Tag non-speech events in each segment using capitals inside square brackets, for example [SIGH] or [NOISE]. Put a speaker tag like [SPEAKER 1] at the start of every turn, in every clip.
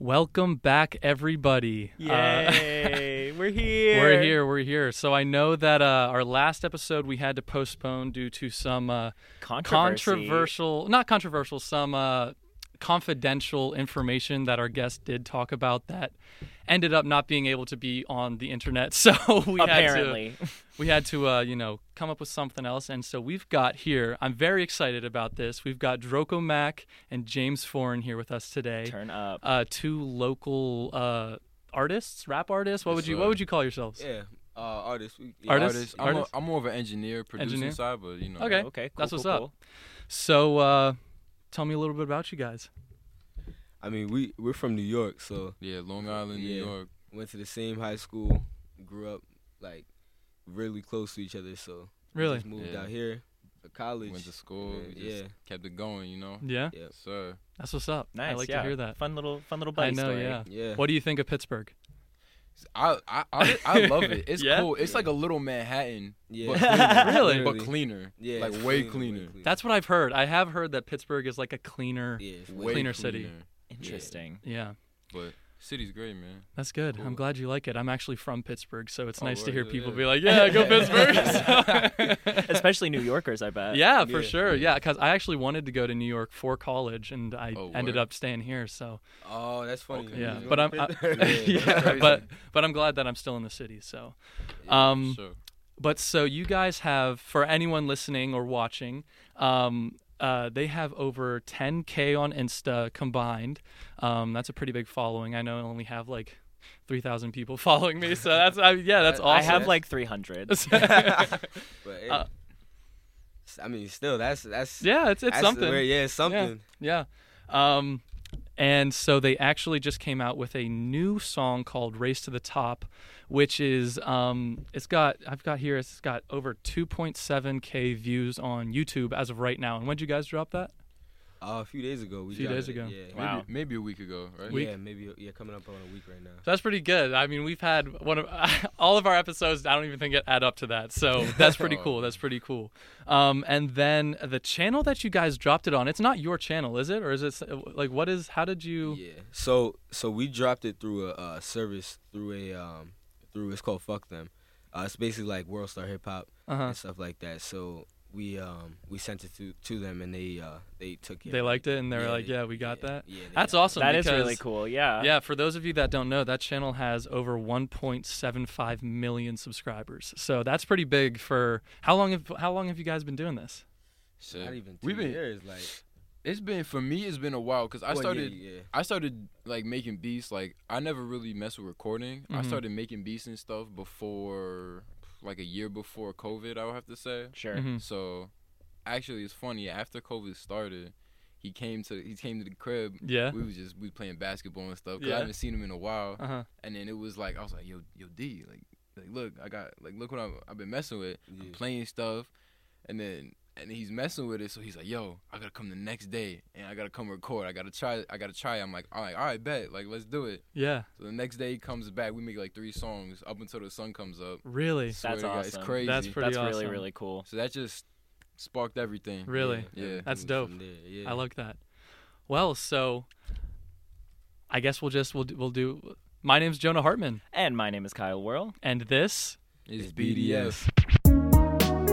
[SPEAKER 1] Welcome back, everybody. Uh,
[SPEAKER 2] Yay! we're
[SPEAKER 1] [LAUGHS]
[SPEAKER 2] here.
[SPEAKER 1] we're here. We're here. So I know that uh, our last episode we had to postpone due to some uh,
[SPEAKER 2] Controversy.
[SPEAKER 1] controversial, not controversial, some uh, confidential information that our guest did talk about that ended up not being able to be on the internet. [LAUGHS] So we had to, [LAUGHS]
[SPEAKER 2] Apparently.
[SPEAKER 1] we had to, uh, you know, come up with something else. And so we've got here. I'm very excited about this. We've got Droco Mack and James Foreign here with us today
[SPEAKER 2] Turn up.
[SPEAKER 1] uh, two local uh, artists, rap artists. What would you
[SPEAKER 3] sir.
[SPEAKER 1] What would you call yourselves?
[SPEAKER 3] Yeah, uh, artists. We- Yeah,
[SPEAKER 1] Artists?
[SPEAKER 3] artists. I'm, a-
[SPEAKER 1] Artists?
[SPEAKER 3] I'm more of an engineer, producing
[SPEAKER 1] Engineer?
[SPEAKER 3] side, but you know.
[SPEAKER 1] Okay.
[SPEAKER 2] okay, cool.
[SPEAKER 1] that's
[SPEAKER 2] cool,
[SPEAKER 1] what's up.
[SPEAKER 2] cool.
[SPEAKER 1] So, uh, tell me a little bit about you guys.
[SPEAKER 4] I mean, we we're from New York, so
[SPEAKER 3] Yeah, Long Island,
[SPEAKER 4] Yeah.
[SPEAKER 3] New York.
[SPEAKER 4] went to the same high school, grew up like really close to each other. So we
[SPEAKER 1] Really?
[SPEAKER 4] just moved
[SPEAKER 3] Yeah.
[SPEAKER 4] out here for college.
[SPEAKER 3] Went to school.
[SPEAKER 4] Yeah,
[SPEAKER 3] we just
[SPEAKER 4] yeah.
[SPEAKER 3] Kept it going, you know.
[SPEAKER 1] Yeah,
[SPEAKER 4] Yep.
[SPEAKER 3] Sir,
[SPEAKER 1] that's what's up.
[SPEAKER 2] Nice.
[SPEAKER 1] I like to
[SPEAKER 2] yeah.
[SPEAKER 1] hear that.
[SPEAKER 2] Fun little, fun little buddy
[SPEAKER 1] I know.
[SPEAKER 2] story.
[SPEAKER 1] Yeah.
[SPEAKER 4] Yeah,
[SPEAKER 1] What do you think of Pittsburgh?
[SPEAKER 3] I I I,
[SPEAKER 1] [LAUGHS]
[SPEAKER 3] I love it. It's
[SPEAKER 1] Yeah?
[SPEAKER 3] cool. It's
[SPEAKER 4] Yeah.
[SPEAKER 3] like a little Manhattan,
[SPEAKER 1] [LAUGHS]
[SPEAKER 4] yeah, [LAUGHS]
[SPEAKER 3] but cleaner,
[SPEAKER 1] Really?
[SPEAKER 3] but cleaner.
[SPEAKER 4] yeah,
[SPEAKER 3] like
[SPEAKER 4] it's
[SPEAKER 3] way
[SPEAKER 4] clean,
[SPEAKER 3] cleaner.
[SPEAKER 4] clean.
[SPEAKER 1] That's what I've heard. I have heard that Pittsburgh is like a cleaner.
[SPEAKER 4] yeah, it's
[SPEAKER 3] Way
[SPEAKER 4] way
[SPEAKER 1] Cleaner city.
[SPEAKER 2] Interesting.
[SPEAKER 1] Yeah,
[SPEAKER 3] But city's great, man.
[SPEAKER 1] that's good. I'm
[SPEAKER 3] Cool.
[SPEAKER 1] glad you like it. I'm actually from Pittsburgh, so it's
[SPEAKER 3] Oh,
[SPEAKER 1] nice to
[SPEAKER 3] word.
[SPEAKER 1] hear
[SPEAKER 3] Yeah,
[SPEAKER 1] people
[SPEAKER 3] yeah.
[SPEAKER 1] be like, "Yeah, go Pittsburgh."
[SPEAKER 2] [LAUGHS]
[SPEAKER 1] So-
[SPEAKER 2] Especially New Yorkers, I
[SPEAKER 1] [LAUGHS]
[SPEAKER 2] bet.
[SPEAKER 1] yeah, for
[SPEAKER 4] Yeah.
[SPEAKER 1] sure. Yeah, because I actually wanted to go to New York for college, and I
[SPEAKER 3] Oh,
[SPEAKER 1] ended
[SPEAKER 3] word.
[SPEAKER 1] up staying here. So
[SPEAKER 4] Oh, that's funny.
[SPEAKER 3] Okay.
[SPEAKER 4] You
[SPEAKER 1] yeah
[SPEAKER 4] just
[SPEAKER 1] but i'm
[SPEAKER 4] went to [LAUGHS]
[SPEAKER 1] I,
[SPEAKER 4] Pittsburgh?
[SPEAKER 3] Yeah,
[SPEAKER 1] [LAUGHS]
[SPEAKER 3] that's
[SPEAKER 1] yeah
[SPEAKER 3] crazy.
[SPEAKER 1] but but i'm glad that i'm still in the city so um
[SPEAKER 3] Sure.
[SPEAKER 1] but so you guys have for anyone listening or watching um uh, they have over 10k on insta combined um that's a pretty big following i know i only have like 3000 people [LAUGHS] following me so that's I, yeah that's
[SPEAKER 2] I
[SPEAKER 1] awesome
[SPEAKER 2] have like 300.
[SPEAKER 4] But hey,
[SPEAKER 1] Uh,
[SPEAKER 4] s- I mean, still, that's
[SPEAKER 1] [LAUGHS]
[SPEAKER 4] that's
[SPEAKER 1] yeah it's it's
[SPEAKER 4] that's
[SPEAKER 1] something
[SPEAKER 4] where- yeah, it's something.
[SPEAKER 1] Yeah. Um, and so they actually just came out with a new song called "Race to the Top," which is um, it's got I've got here it's got over 2.7k views on YouTube as of right now. And when did you guys drop that?
[SPEAKER 4] Uh, a few days ago, we
[SPEAKER 1] Few
[SPEAKER 4] dropped
[SPEAKER 1] days
[SPEAKER 4] it,
[SPEAKER 1] ago.
[SPEAKER 4] Yeah.
[SPEAKER 2] Wow.
[SPEAKER 3] Maybe, maybe a week ago, right?
[SPEAKER 1] Week?
[SPEAKER 4] Yeah, maybe yeah, coming up on a week right now.
[SPEAKER 1] So that's pretty good. I mean, we've had one of [LAUGHS] all of our episodes. I don't even think it add up to that. [LAUGHS] So that's pretty cool. That's pretty cool. Um, and then the channel that you guys dropped it on, it's not your channel, is it? Or is it s- like what is? How did you?
[SPEAKER 4] Yeah. So so we dropped it through a uh, service through a um through it's called Fuck Them. Uh, it's basically like World Star Hip Hop
[SPEAKER 1] Uh-huh.
[SPEAKER 4] and stuff like that. So we um we sent it to to them and they uh they took it.
[SPEAKER 1] They liked it, and they were
[SPEAKER 4] Yeah,
[SPEAKER 1] like,
[SPEAKER 4] they-
[SPEAKER 1] "Yeah, we got
[SPEAKER 4] yeah,
[SPEAKER 1] that."
[SPEAKER 4] yeah, they
[SPEAKER 1] that's
[SPEAKER 4] got it.
[SPEAKER 1] awesome.
[SPEAKER 2] That is
[SPEAKER 1] because-
[SPEAKER 2] really cool. Yeah.
[SPEAKER 1] Yeah, for those of you that don't know, that channel has over 1.75 million subscribers. So that's pretty big for how long have how long have you guys been doing this?
[SPEAKER 3] Shit.
[SPEAKER 4] Not even 2
[SPEAKER 3] We've been.
[SPEAKER 4] years. Like
[SPEAKER 3] It's been for me. It's been a while because I
[SPEAKER 4] Well, yeah,
[SPEAKER 3] started.
[SPEAKER 4] yeah.
[SPEAKER 3] I started like making beats. Like I never really messed with recording. I
[SPEAKER 1] Mhm.
[SPEAKER 3] started making beats and stuff before, like a year before COVID. I would have to say.
[SPEAKER 2] Sure.
[SPEAKER 1] Mhm.
[SPEAKER 3] So, actually, it's funny. After COVID started, he came to he came to the crib.
[SPEAKER 1] Yeah.
[SPEAKER 3] We was just we playing basketball and stuff. 'cause
[SPEAKER 1] Yeah.
[SPEAKER 3] I haven't seen him in a while.
[SPEAKER 1] Uh-huh.
[SPEAKER 3] And then it was like I was like, yo, yo, D, like, like look, I got like look what I've, I've been messing with. I'm
[SPEAKER 4] Yeah.
[SPEAKER 3] playing stuff, and then and he's messing with it. So he's like, yo, I gotta come the next day, and I gotta come record. I gotta try. I gotta try. I'm like, all right, all right, bet. Like, let's do it.
[SPEAKER 1] Yeah.
[SPEAKER 3] So the next day he comes back. We make like three songs up until the sun comes up.
[SPEAKER 1] Really?
[SPEAKER 3] Swear to God,
[SPEAKER 2] awesome.
[SPEAKER 3] It's crazy.
[SPEAKER 1] That's pretty
[SPEAKER 2] That's really,
[SPEAKER 1] awesome.
[SPEAKER 2] really cool.
[SPEAKER 3] so that just sparked everything.
[SPEAKER 1] Really?
[SPEAKER 3] Yeah.
[SPEAKER 4] everything
[SPEAKER 1] That's
[SPEAKER 4] was
[SPEAKER 1] dope.
[SPEAKER 4] from there, yeah.
[SPEAKER 1] I like that. Well, so I guess we'll just we'll do- we'll do My name's Jonah Hartman
[SPEAKER 2] And my name is Kyle Whirl.
[SPEAKER 1] and this
[SPEAKER 3] It's
[SPEAKER 4] It's
[SPEAKER 3] BDS.
[SPEAKER 4] BDS.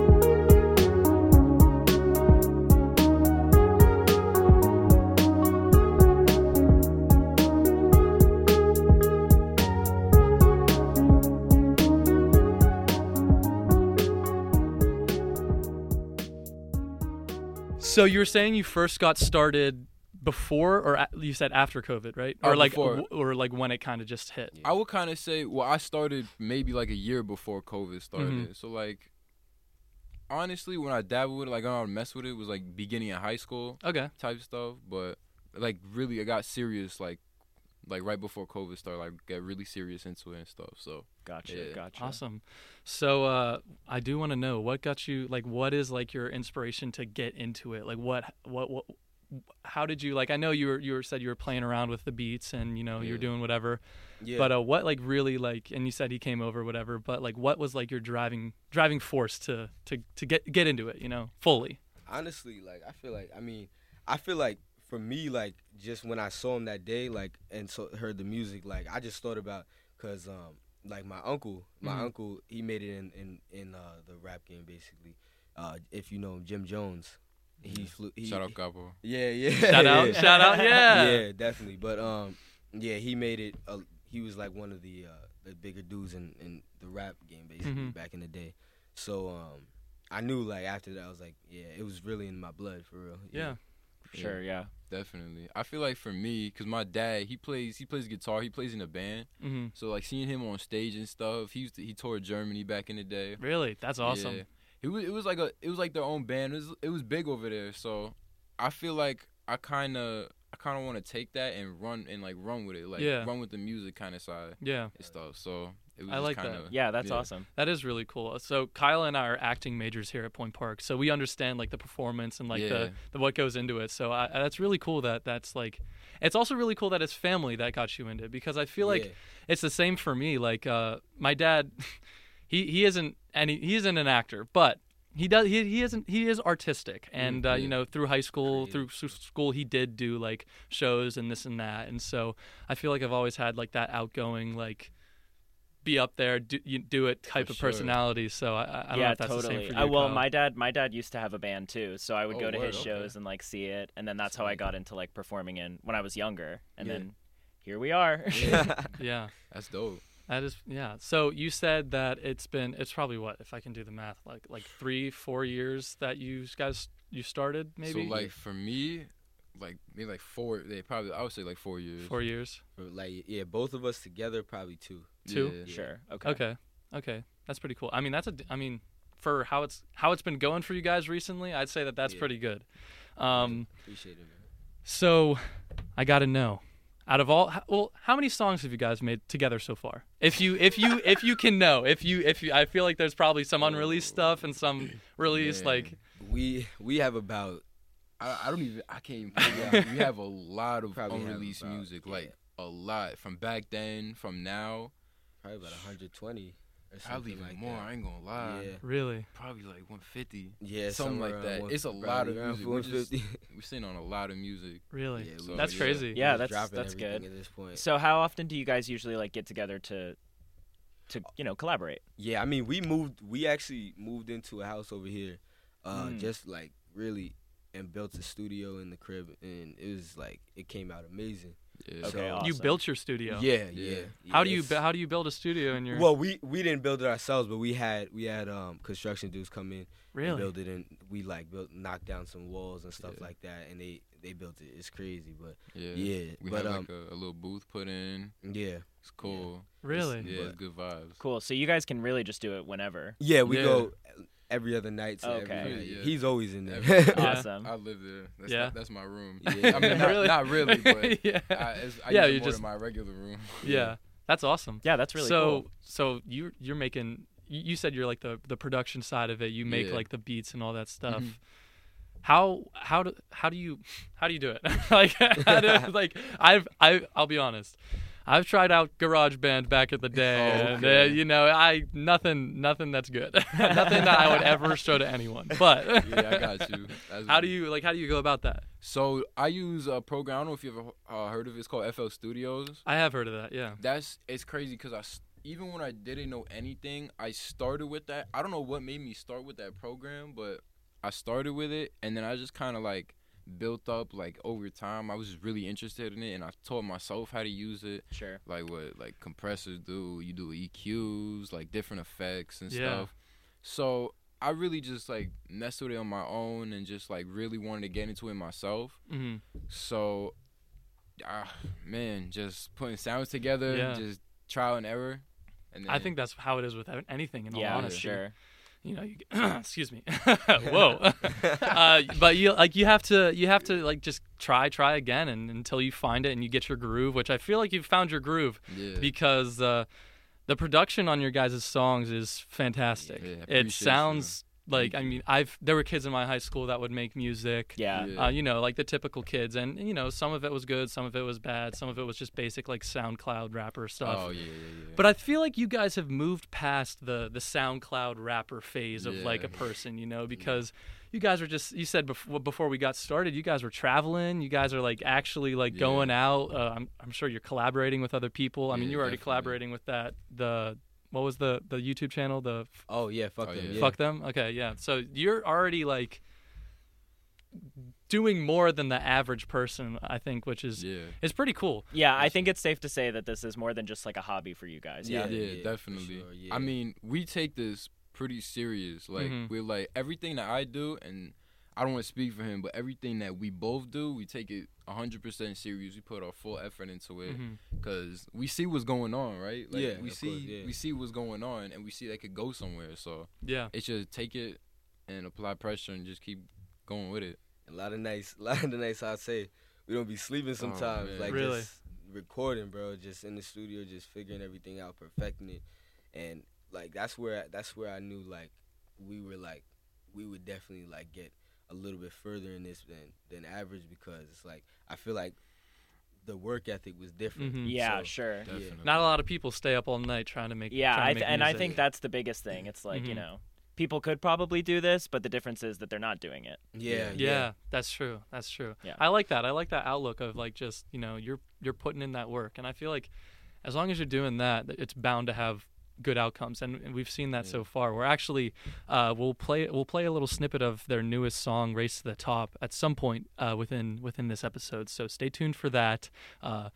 [SPEAKER 1] So you were saying you first got started before or a- you said after COVID, right?
[SPEAKER 2] Oh,
[SPEAKER 3] Uh,
[SPEAKER 1] or like
[SPEAKER 3] before.
[SPEAKER 1] w- or like when it kind of just hit.
[SPEAKER 3] I would kind of say, well, I started maybe like a year before COVID started. So like, honestly, when I dabbled with it, like I don't mess with it, was like beginning of high school
[SPEAKER 1] Okay.
[SPEAKER 3] type stuff. But like really, I got serious like, like right before COVID started. Like got really serious into it and stuff. So
[SPEAKER 2] Gotcha.
[SPEAKER 3] Yeah.
[SPEAKER 2] Gotcha.
[SPEAKER 1] Awesome. So uh, I do want to know what got you like what is like your inspiration to get into it? Like what what what how did you like I know you were you were said you were playing around with the beats and you know you were
[SPEAKER 3] Yeah.
[SPEAKER 1] doing whatever.
[SPEAKER 4] Yeah.
[SPEAKER 1] But uh, what like really like and you said he came over whatever, but like what was like your driving driving force to
[SPEAKER 4] [LAUGHS]
[SPEAKER 1] to to get get into it, you know, fully?
[SPEAKER 4] honestly, like I feel like I mean, I feel like for for me, like just when I saw him that day, like and so heard the music, like I just thought about because um like my uncle, my
[SPEAKER 3] Mm-hmm.
[SPEAKER 1] Mhm.
[SPEAKER 4] uncle, he made it in in in uh, the rap game basically. Uh, if you know him, Jim Jones, he flew. He,
[SPEAKER 3] Shout out Capo.
[SPEAKER 4] Yeah, yeah.
[SPEAKER 1] Shout
[SPEAKER 4] [LAUGHS]
[SPEAKER 1] out,
[SPEAKER 4] yeah.
[SPEAKER 1] shout out, yeah.
[SPEAKER 4] Yeah, definitely. But um, yeah, he made it. A, he was like one of the uh, the bigger dudes in, in the rap game basically
[SPEAKER 1] Mhm.
[SPEAKER 4] back in the day. So um, I knew like after that I was like, yeah, it was really in my blood for real.
[SPEAKER 1] Yeah.
[SPEAKER 2] For sure, yeah.
[SPEAKER 3] Definitely. I feel like for me, cause my dad, he plays, he plays guitar. He plays in a band.
[SPEAKER 1] Mhm.
[SPEAKER 3] So like seeing him on stage and stuff. He used to, he toured Germany back in the day.
[SPEAKER 1] Really, that's awesome.
[SPEAKER 3] Yeah. It was it was like a it was like their own band. It was it was big over there. So I feel like I kind of I kind of want to take that and run and like run with it. Like
[SPEAKER 1] Yeah.
[SPEAKER 3] run with the music kind of side
[SPEAKER 1] Yeah,
[SPEAKER 3] and stuff. So it was
[SPEAKER 1] I
[SPEAKER 3] just
[SPEAKER 1] like
[SPEAKER 3] kinda,
[SPEAKER 1] that.
[SPEAKER 2] Yeah, that's
[SPEAKER 3] Yeah.
[SPEAKER 2] awesome.
[SPEAKER 1] that is really cool. Uh, So Kyle and I are acting majors here at Point Park, so we understand like the performance and like
[SPEAKER 3] Yeah.
[SPEAKER 1] the, the what goes into it. So I, that's really cool that that's like. It's also really cool that it's family that got you into it because I feel like
[SPEAKER 4] Yeah.
[SPEAKER 1] it's the same for me. Like uh, my dad, [LAUGHS] he he isn't any he isn't an actor, but he does he, he isn't he is artistic and uh, you
[SPEAKER 2] Mm-hmm.
[SPEAKER 4] yeah.
[SPEAKER 1] know through high school
[SPEAKER 4] Creative.
[SPEAKER 1] through s- school he did do like shows and this and that and so I feel like I've always had like that outgoing like be up there do, you do it type
[SPEAKER 3] For
[SPEAKER 1] of
[SPEAKER 3] sure.
[SPEAKER 1] personality so I, I I don't know
[SPEAKER 2] yeah,
[SPEAKER 1] if that's
[SPEAKER 2] totally.
[SPEAKER 1] the same for you.
[SPEAKER 2] Uh, well,
[SPEAKER 1] Kyle.
[SPEAKER 2] my dad, my dad used to have a band too, so I would
[SPEAKER 3] Oh,
[SPEAKER 2] go to
[SPEAKER 3] word,
[SPEAKER 2] his
[SPEAKER 3] okay.
[SPEAKER 2] shows and like see it, and then that's how I
[SPEAKER 4] Sweet.
[SPEAKER 2] got into like performing in when I was younger, and
[SPEAKER 4] Yeah.
[SPEAKER 2] then here we are. [LAUGHS]
[SPEAKER 1] yeah
[SPEAKER 3] That's dope.
[SPEAKER 1] that is yeah so you said that it's been it's probably what if I can do the math like like three four years that you guys you started maybe
[SPEAKER 3] So like for me, like maybe like four. They probably I would say like four years.
[SPEAKER 1] four years
[SPEAKER 4] For, like yeah, both of us together probably two.
[SPEAKER 1] two?
[SPEAKER 3] Yeah.
[SPEAKER 2] sure. Okay.
[SPEAKER 1] Okay. Okay. That's pretty cool. I mean, that's a d- I mean, for how it's how it's been going for you guys recently, I'd say that that's
[SPEAKER 4] Yeah.
[SPEAKER 1] pretty good. Um
[SPEAKER 4] Appreciate it, man.
[SPEAKER 1] so I got to know out of all h- well, how many songs have you guys made together so far? If you if you if you can know, if you if you I feel like there's probably some unreleased stuff and some released
[SPEAKER 3] man.
[SPEAKER 1] like
[SPEAKER 4] We we have about
[SPEAKER 3] I, I don't even I can't [LAUGHS] even. figure out. We have a lot of
[SPEAKER 4] Probably have
[SPEAKER 3] unreleased
[SPEAKER 4] about-
[SPEAKER 3] music.
[SPEAKER 4] yeah.
[SPEAKER 3] Like a lot from back then, from now,
[SPEAKER 4] probably about 120 or something
[SPEAKER 3] probably even
[SPEAKER 4] like
[SPEAKER 3] more. I
[SPEAKER 4] that.
[SPEAKER 3] ain't gonna lie.
[SPEAKER 4] Yeah.
[SPEAKER 1] really
[SPEAKER 3] Probably like 150.
[SPEAKER 4] Yeah,
[SPEAKER 3] Something like
[SPEAKER 4] somewhere
[SPEAKER 3] that.
[SPEAKER 4] around
[SPEAKER 3] It's a
[SPEAKER 4] one-
[SPEAKER 3] lot of
[SPEAKER 4] probably around
[SPEAKER 3] music. We're just-
[SPEAKER 4] 150.
[SPEAKER 3] We're sitting on a lot of music.
[SPEAKER 1] really
[SPEAKER 4] Yeah,
[SPEAKER 3] we-
[SPEAKER 1] that's
[SPEAKER 3] yeah.
[SPEAKER 1] crazy.
[SPEAKER 2] Yeah,
[SPEAKER 4] [LAUGHS] We're just
[SPEAKER 2] that's-
[SPEAKER 4] dropping
[SPEAKER 2] that's
[SPEAKER 4] everything
[SPEAKER 2] good.
[SPEAKER 4] At this point,
[SPEAKER 2] So how often do you guys usually like get together to, to you know, collaborate?
[SPEAKER 4] Yeah, I mean, we moved. We actually moved into a house over here, uh,
[SPEAKER 2] Mm.
[SPEAKER 4] just like really, and built a studio in the crib, and it was like it came out amazing.
[SPEAKER 3] Yeah.
[SPEAKER 2] Okay,
[SPEAKER 4] So-
[SPEAKER 2] awesome.
[SPEAKER 1] You built your studio.
[SPEAKER 4] Yeah, yeah.
[SPEAKER 3] Yeah.
[SPEAKER 4] yeah,
[SPEAKER 1] How do you
[SPEAKER 4] it's-
[SPEAKER 1] bu- how do you build a studio in your
[SPEAKER 4] Well, we we didn't build it ourselves, but we had we had um construction dudes come in and
[SPEAKER 1] really?
[SPEAKER 4] build it, and we like built knocked down some walls and stuff
[SPEAKER 3] Yeah.
[SPEAKER 4] like that, and they they built it. It's crazy, but
[SPEAKER 3] Yeah.
[SPEAKER 4] yeah,
[SPEAKER 3] We
[SPEAKER 4] but
[SPEAKER 3] had
[SPEAKER 4] um
[SPEAKER 3] like a, a little booth put in.
[SPEAKER 4] yeah
[SPEAKER 3] It's cool.
[SPEAKER 1] really?
[SPEAKER 3] Yeah, it's
[SPEAKER 4] But-
[SPEAKER 3] good vibes.
[SPEAKER 2] Cool. So you guys can really just do it whenever.
[SPEAKER 4] yeah we
[SPEAKER 3] Yeah.
[SPEAKER 4] go every other night. To
[SPEAKER 2] Okay.
[SPEAKER 4] every night.
[SPEAKER 3] Yeah.
[SPEAKER 4] he's always in there.
[SPEAKER 3] Every-
[SPEAKER 1] Yeah.
[SPEAKER 2] Awesome.
[SPEAKER 3] I live there. That's
[SPEAKER 1] Yeah.
[SPEAKER 3] that's my room.
[SPEAKER 4] Yeah.
[SPEAKER 3] [LAUGHS] I mean, not
[SPEAKER 1] [LAUGHS] Really?
[SPEAKER 3] really, not really
[SPEAKER 1] [LAUGHS]
[SPEAKER 3] but
[SPEAKER 1] yeah.
[SPEAKER 3] I, it's, I
[SPEAKER 1] Yeah,
[SPEAKER 3] use
[SPEAKER 1] you
[SPEAKER 3] it more
[SPEAKER 1] just-
[SPEAKER 3] than my
[SPEAKER 1] [LAUGHS]
[SPEAKER 3] regular room.
[SPEAKER 1] yeah. That's awesome.
[SPEAKER 2] Yeah, that's really
[SPEAKER 1] so
[SPEAKER 2] cool.
[SPEAKER 1] so you you're making you you said you're like the the production side of it you make
[SPEAKER 3] Yeah.
[SPEAKER 1] like the beats and all that stuff
[SPEAKER 3] Mhm.
[SPEAKER 1] how how do how do you how do you do it [LAUGHS] like how
[SPEAKER 3] [LAUGHS]
[SPEAKER 1] do, like i've i i'll be honest i've tried out garageband back in the day
[SPEAKER 3] Oh,
[SPEAKER 1] and uh,
[SPEAKER 3] okay.
[SPEAKER 1] you know i nothing nothing that's good [LAUGHS] nothing that i would ever show to
[SPEAKER 3] [LAUGHS]
[SPEAKER 1] anyone but
[SPEAKER 3] yeah, I got
[SPEAKER 1] [LAUGHS]
[SPEAKER 3] you. That's
[SPEAKER 1] how do you like how do you go about that
[SPEAKER 3] So I use a program. I don't know if you've ever uh, heard of it. It's called FL Studios.
[SPEAKER 1] i have heard of that yeah
[SPEAKER 3] That's it's crazy because I s- even when I didn't know anything, I started with that. I don't know what made me start with that program, but I started with it, and then I just kind of like built up like over time. I was just really interested in it, and I taught myself how to use it.
[SPEAKER 2] Sure.
[SPEAKER 3] Like what like compressors do. You do EQs, like different effects and
[SPEAKER 1] Yeah.
[SPEAKER 3] stuff. So I really just like messed with it on my own, and just like really wanted to get into it myself.
[SPEAKER 1] hmm
[SPEAKER 3] So, ah, man, just putting sounds together,
[SPEAKER 1] Yeah.
[SPEAKER 3] just trial and error. And then,
[SPEAKER 1] i think that's how it is with anything in all
[SPEAKER 2] Yeah,
[SPEAKER 1] honesty
[SPEAKER 2] sure.
[SPEAKER 1] you know, you, [CLEARS THROAT] excuse me, [LAUGHS]
[SPEAKER 4] [LAUGHS]
[SPEAKER 3] [LAUGHS]
[SPEAKER 1] whoa. uh, but you like you have to you have to like just try try again and until you find it and you get your groove, which I feel like you've found your groove
[SPEAKER 3] yeah,
[SPEAKER 1] because uh, the production on your guys' songs is fantastic.
[SPEAKER 3] Yeah, I
[SPEAKER 1] it
[SPEAKER 3] appreciate you.
[SPEAKER 1] sounds Like I mean, I've there were kids in my high school that would make music.
[SPEAKER 2] Yeah.
[SPEAKER 3] Yeah.
[SPEAKER 1] Uh, you know, like the typical kids, and you know, some of it was good, some of it was bad, some of it was just basic like SoundCloud rapper stuff.
[SPEAKER 3] Oh yeah, yeah, yeah.
[SPEAKER 1] But I feel like you guys have moved past the the SoundCloud rapper phase of like
[SPEAKER 3] Yeah.
[SPEAKER 1] a person, you know, because you guys were just you said before before we got started, you guys were traveling, you guys are like actually like
[SPEAKER 3] Yeah.
[SPEAKER 1] going out. Uh, I'm I'm sure you're collaborating with other people. I mean,
[SPEAKER 3] Yeah,
[SPEAKER 1] you were already
[SPEAKER 3] definitely.
[SPEAKER 1] collaborating with that the what was the the YouTube channel the f-
[SPEAKER 4] Oh yeah, fuck
[SPEAKER 3] Oh,
[SPEAKER 4] them.
[SPEAKER 3] yeah.
[SPEAKER 4] Yeah.
[SPEAKER 1] fuck them okay yeah so you're already like doing more than the average person i think which is
[SPEAKER 3] yeah.
[SPEAKER 1] it's pretty cool
[SPEAKER 2] Yeah, I think it's safe to say that this is more than just like a hobby for you guys.
[SPEAKER 4] Yeah.
[SPEAKER 2] Yeah.
[SPEAKER 3] yeah,
[SPEAKER 4] yeah, for
[SPEAKER 3] definitely.
[SPEAKER 4] sure,
[SPEAKER 3] I
[SPEAKER 4] yeah.
[SPEAKER 3] mean, we take this pretty serious. Like
[SPEAKER 1] Mhm.
[SPEAKER 3] we're like everything that I do, and I don't want to speak for him, but everything that we both do, we take it hundred percent serious. We put our full effort into it
[SPEAKER 1] Mhm.
[SPEAKER 3] because we see what's going on, right? Like,
[SPEAKER 4] Yeah,
[SPEAKER 3] we
[SPEAKER 4] of course,
[SPEAKER 3] see
[SPEAKER 4] yeah.
[SPEAKER 3] we see what's going on, and we see that could go somewhere. So
[SPEAKER 1] yeah
[SPEAKER 3] it's just take it and apply pressure and just keep going with it.
[SPEAKER 4] A lot of nights, [LAUGHS] a lot of nights. I'd say we don't be sleeping sometimes.
[SPEAKER 3] man.
[SPEAKER 4] like
[SPEAKER 1] Really?
[SPEAKER 4] just recording, bro. Just in the studio, just figuring everything out, perfecting it, and like that's where that's where I knew like we were like we would definitely like get a little bit further in this than than average because it's like I feel like the work ethic was different.
[SPEAKER 1] Mhm.
[SPEAKER 2] Yeah,
[SPEAKER 4] Mm, So,
[SPEAKER 2] sure.
[SPEAKER 4] Yeah.
[SPEAKER 3] Definitely.
[SPEAKER 1] not a lot of people stay up all night trying to make
[SPEAKER 2] Yeah,
[SPEAKER 1] trying
[SPEAKER 2] I
[SPEAKER 1] to
[SPEAKER 2] th-
[SPEAKER 1] make
[SPEAKER 2] and I
[SPEAKER 1] music.
[SPEAKER 2] think that's the biggest thing. It's like, you
[SPEAKER 1] Mhm.
[SPEAKER 2] know, people could probably do this, but the difference is that they're not doing it.
[SPEAKER 4] yeah, yeah,
[SPEAKER 1] yeah, that's true that's true
[SPEAKER 2] Yeah.
[SPEAKER 1] i like that i like that outlook of like just you know you're you're putting in that work and i feel like as long as you're doing that it's bound to have good outcomes and, and we've seen that so far we're actually uh, we'll play we'll play a little snippet of their newest song race to the top at some point uh, within within this episode so stay tuned for that uh,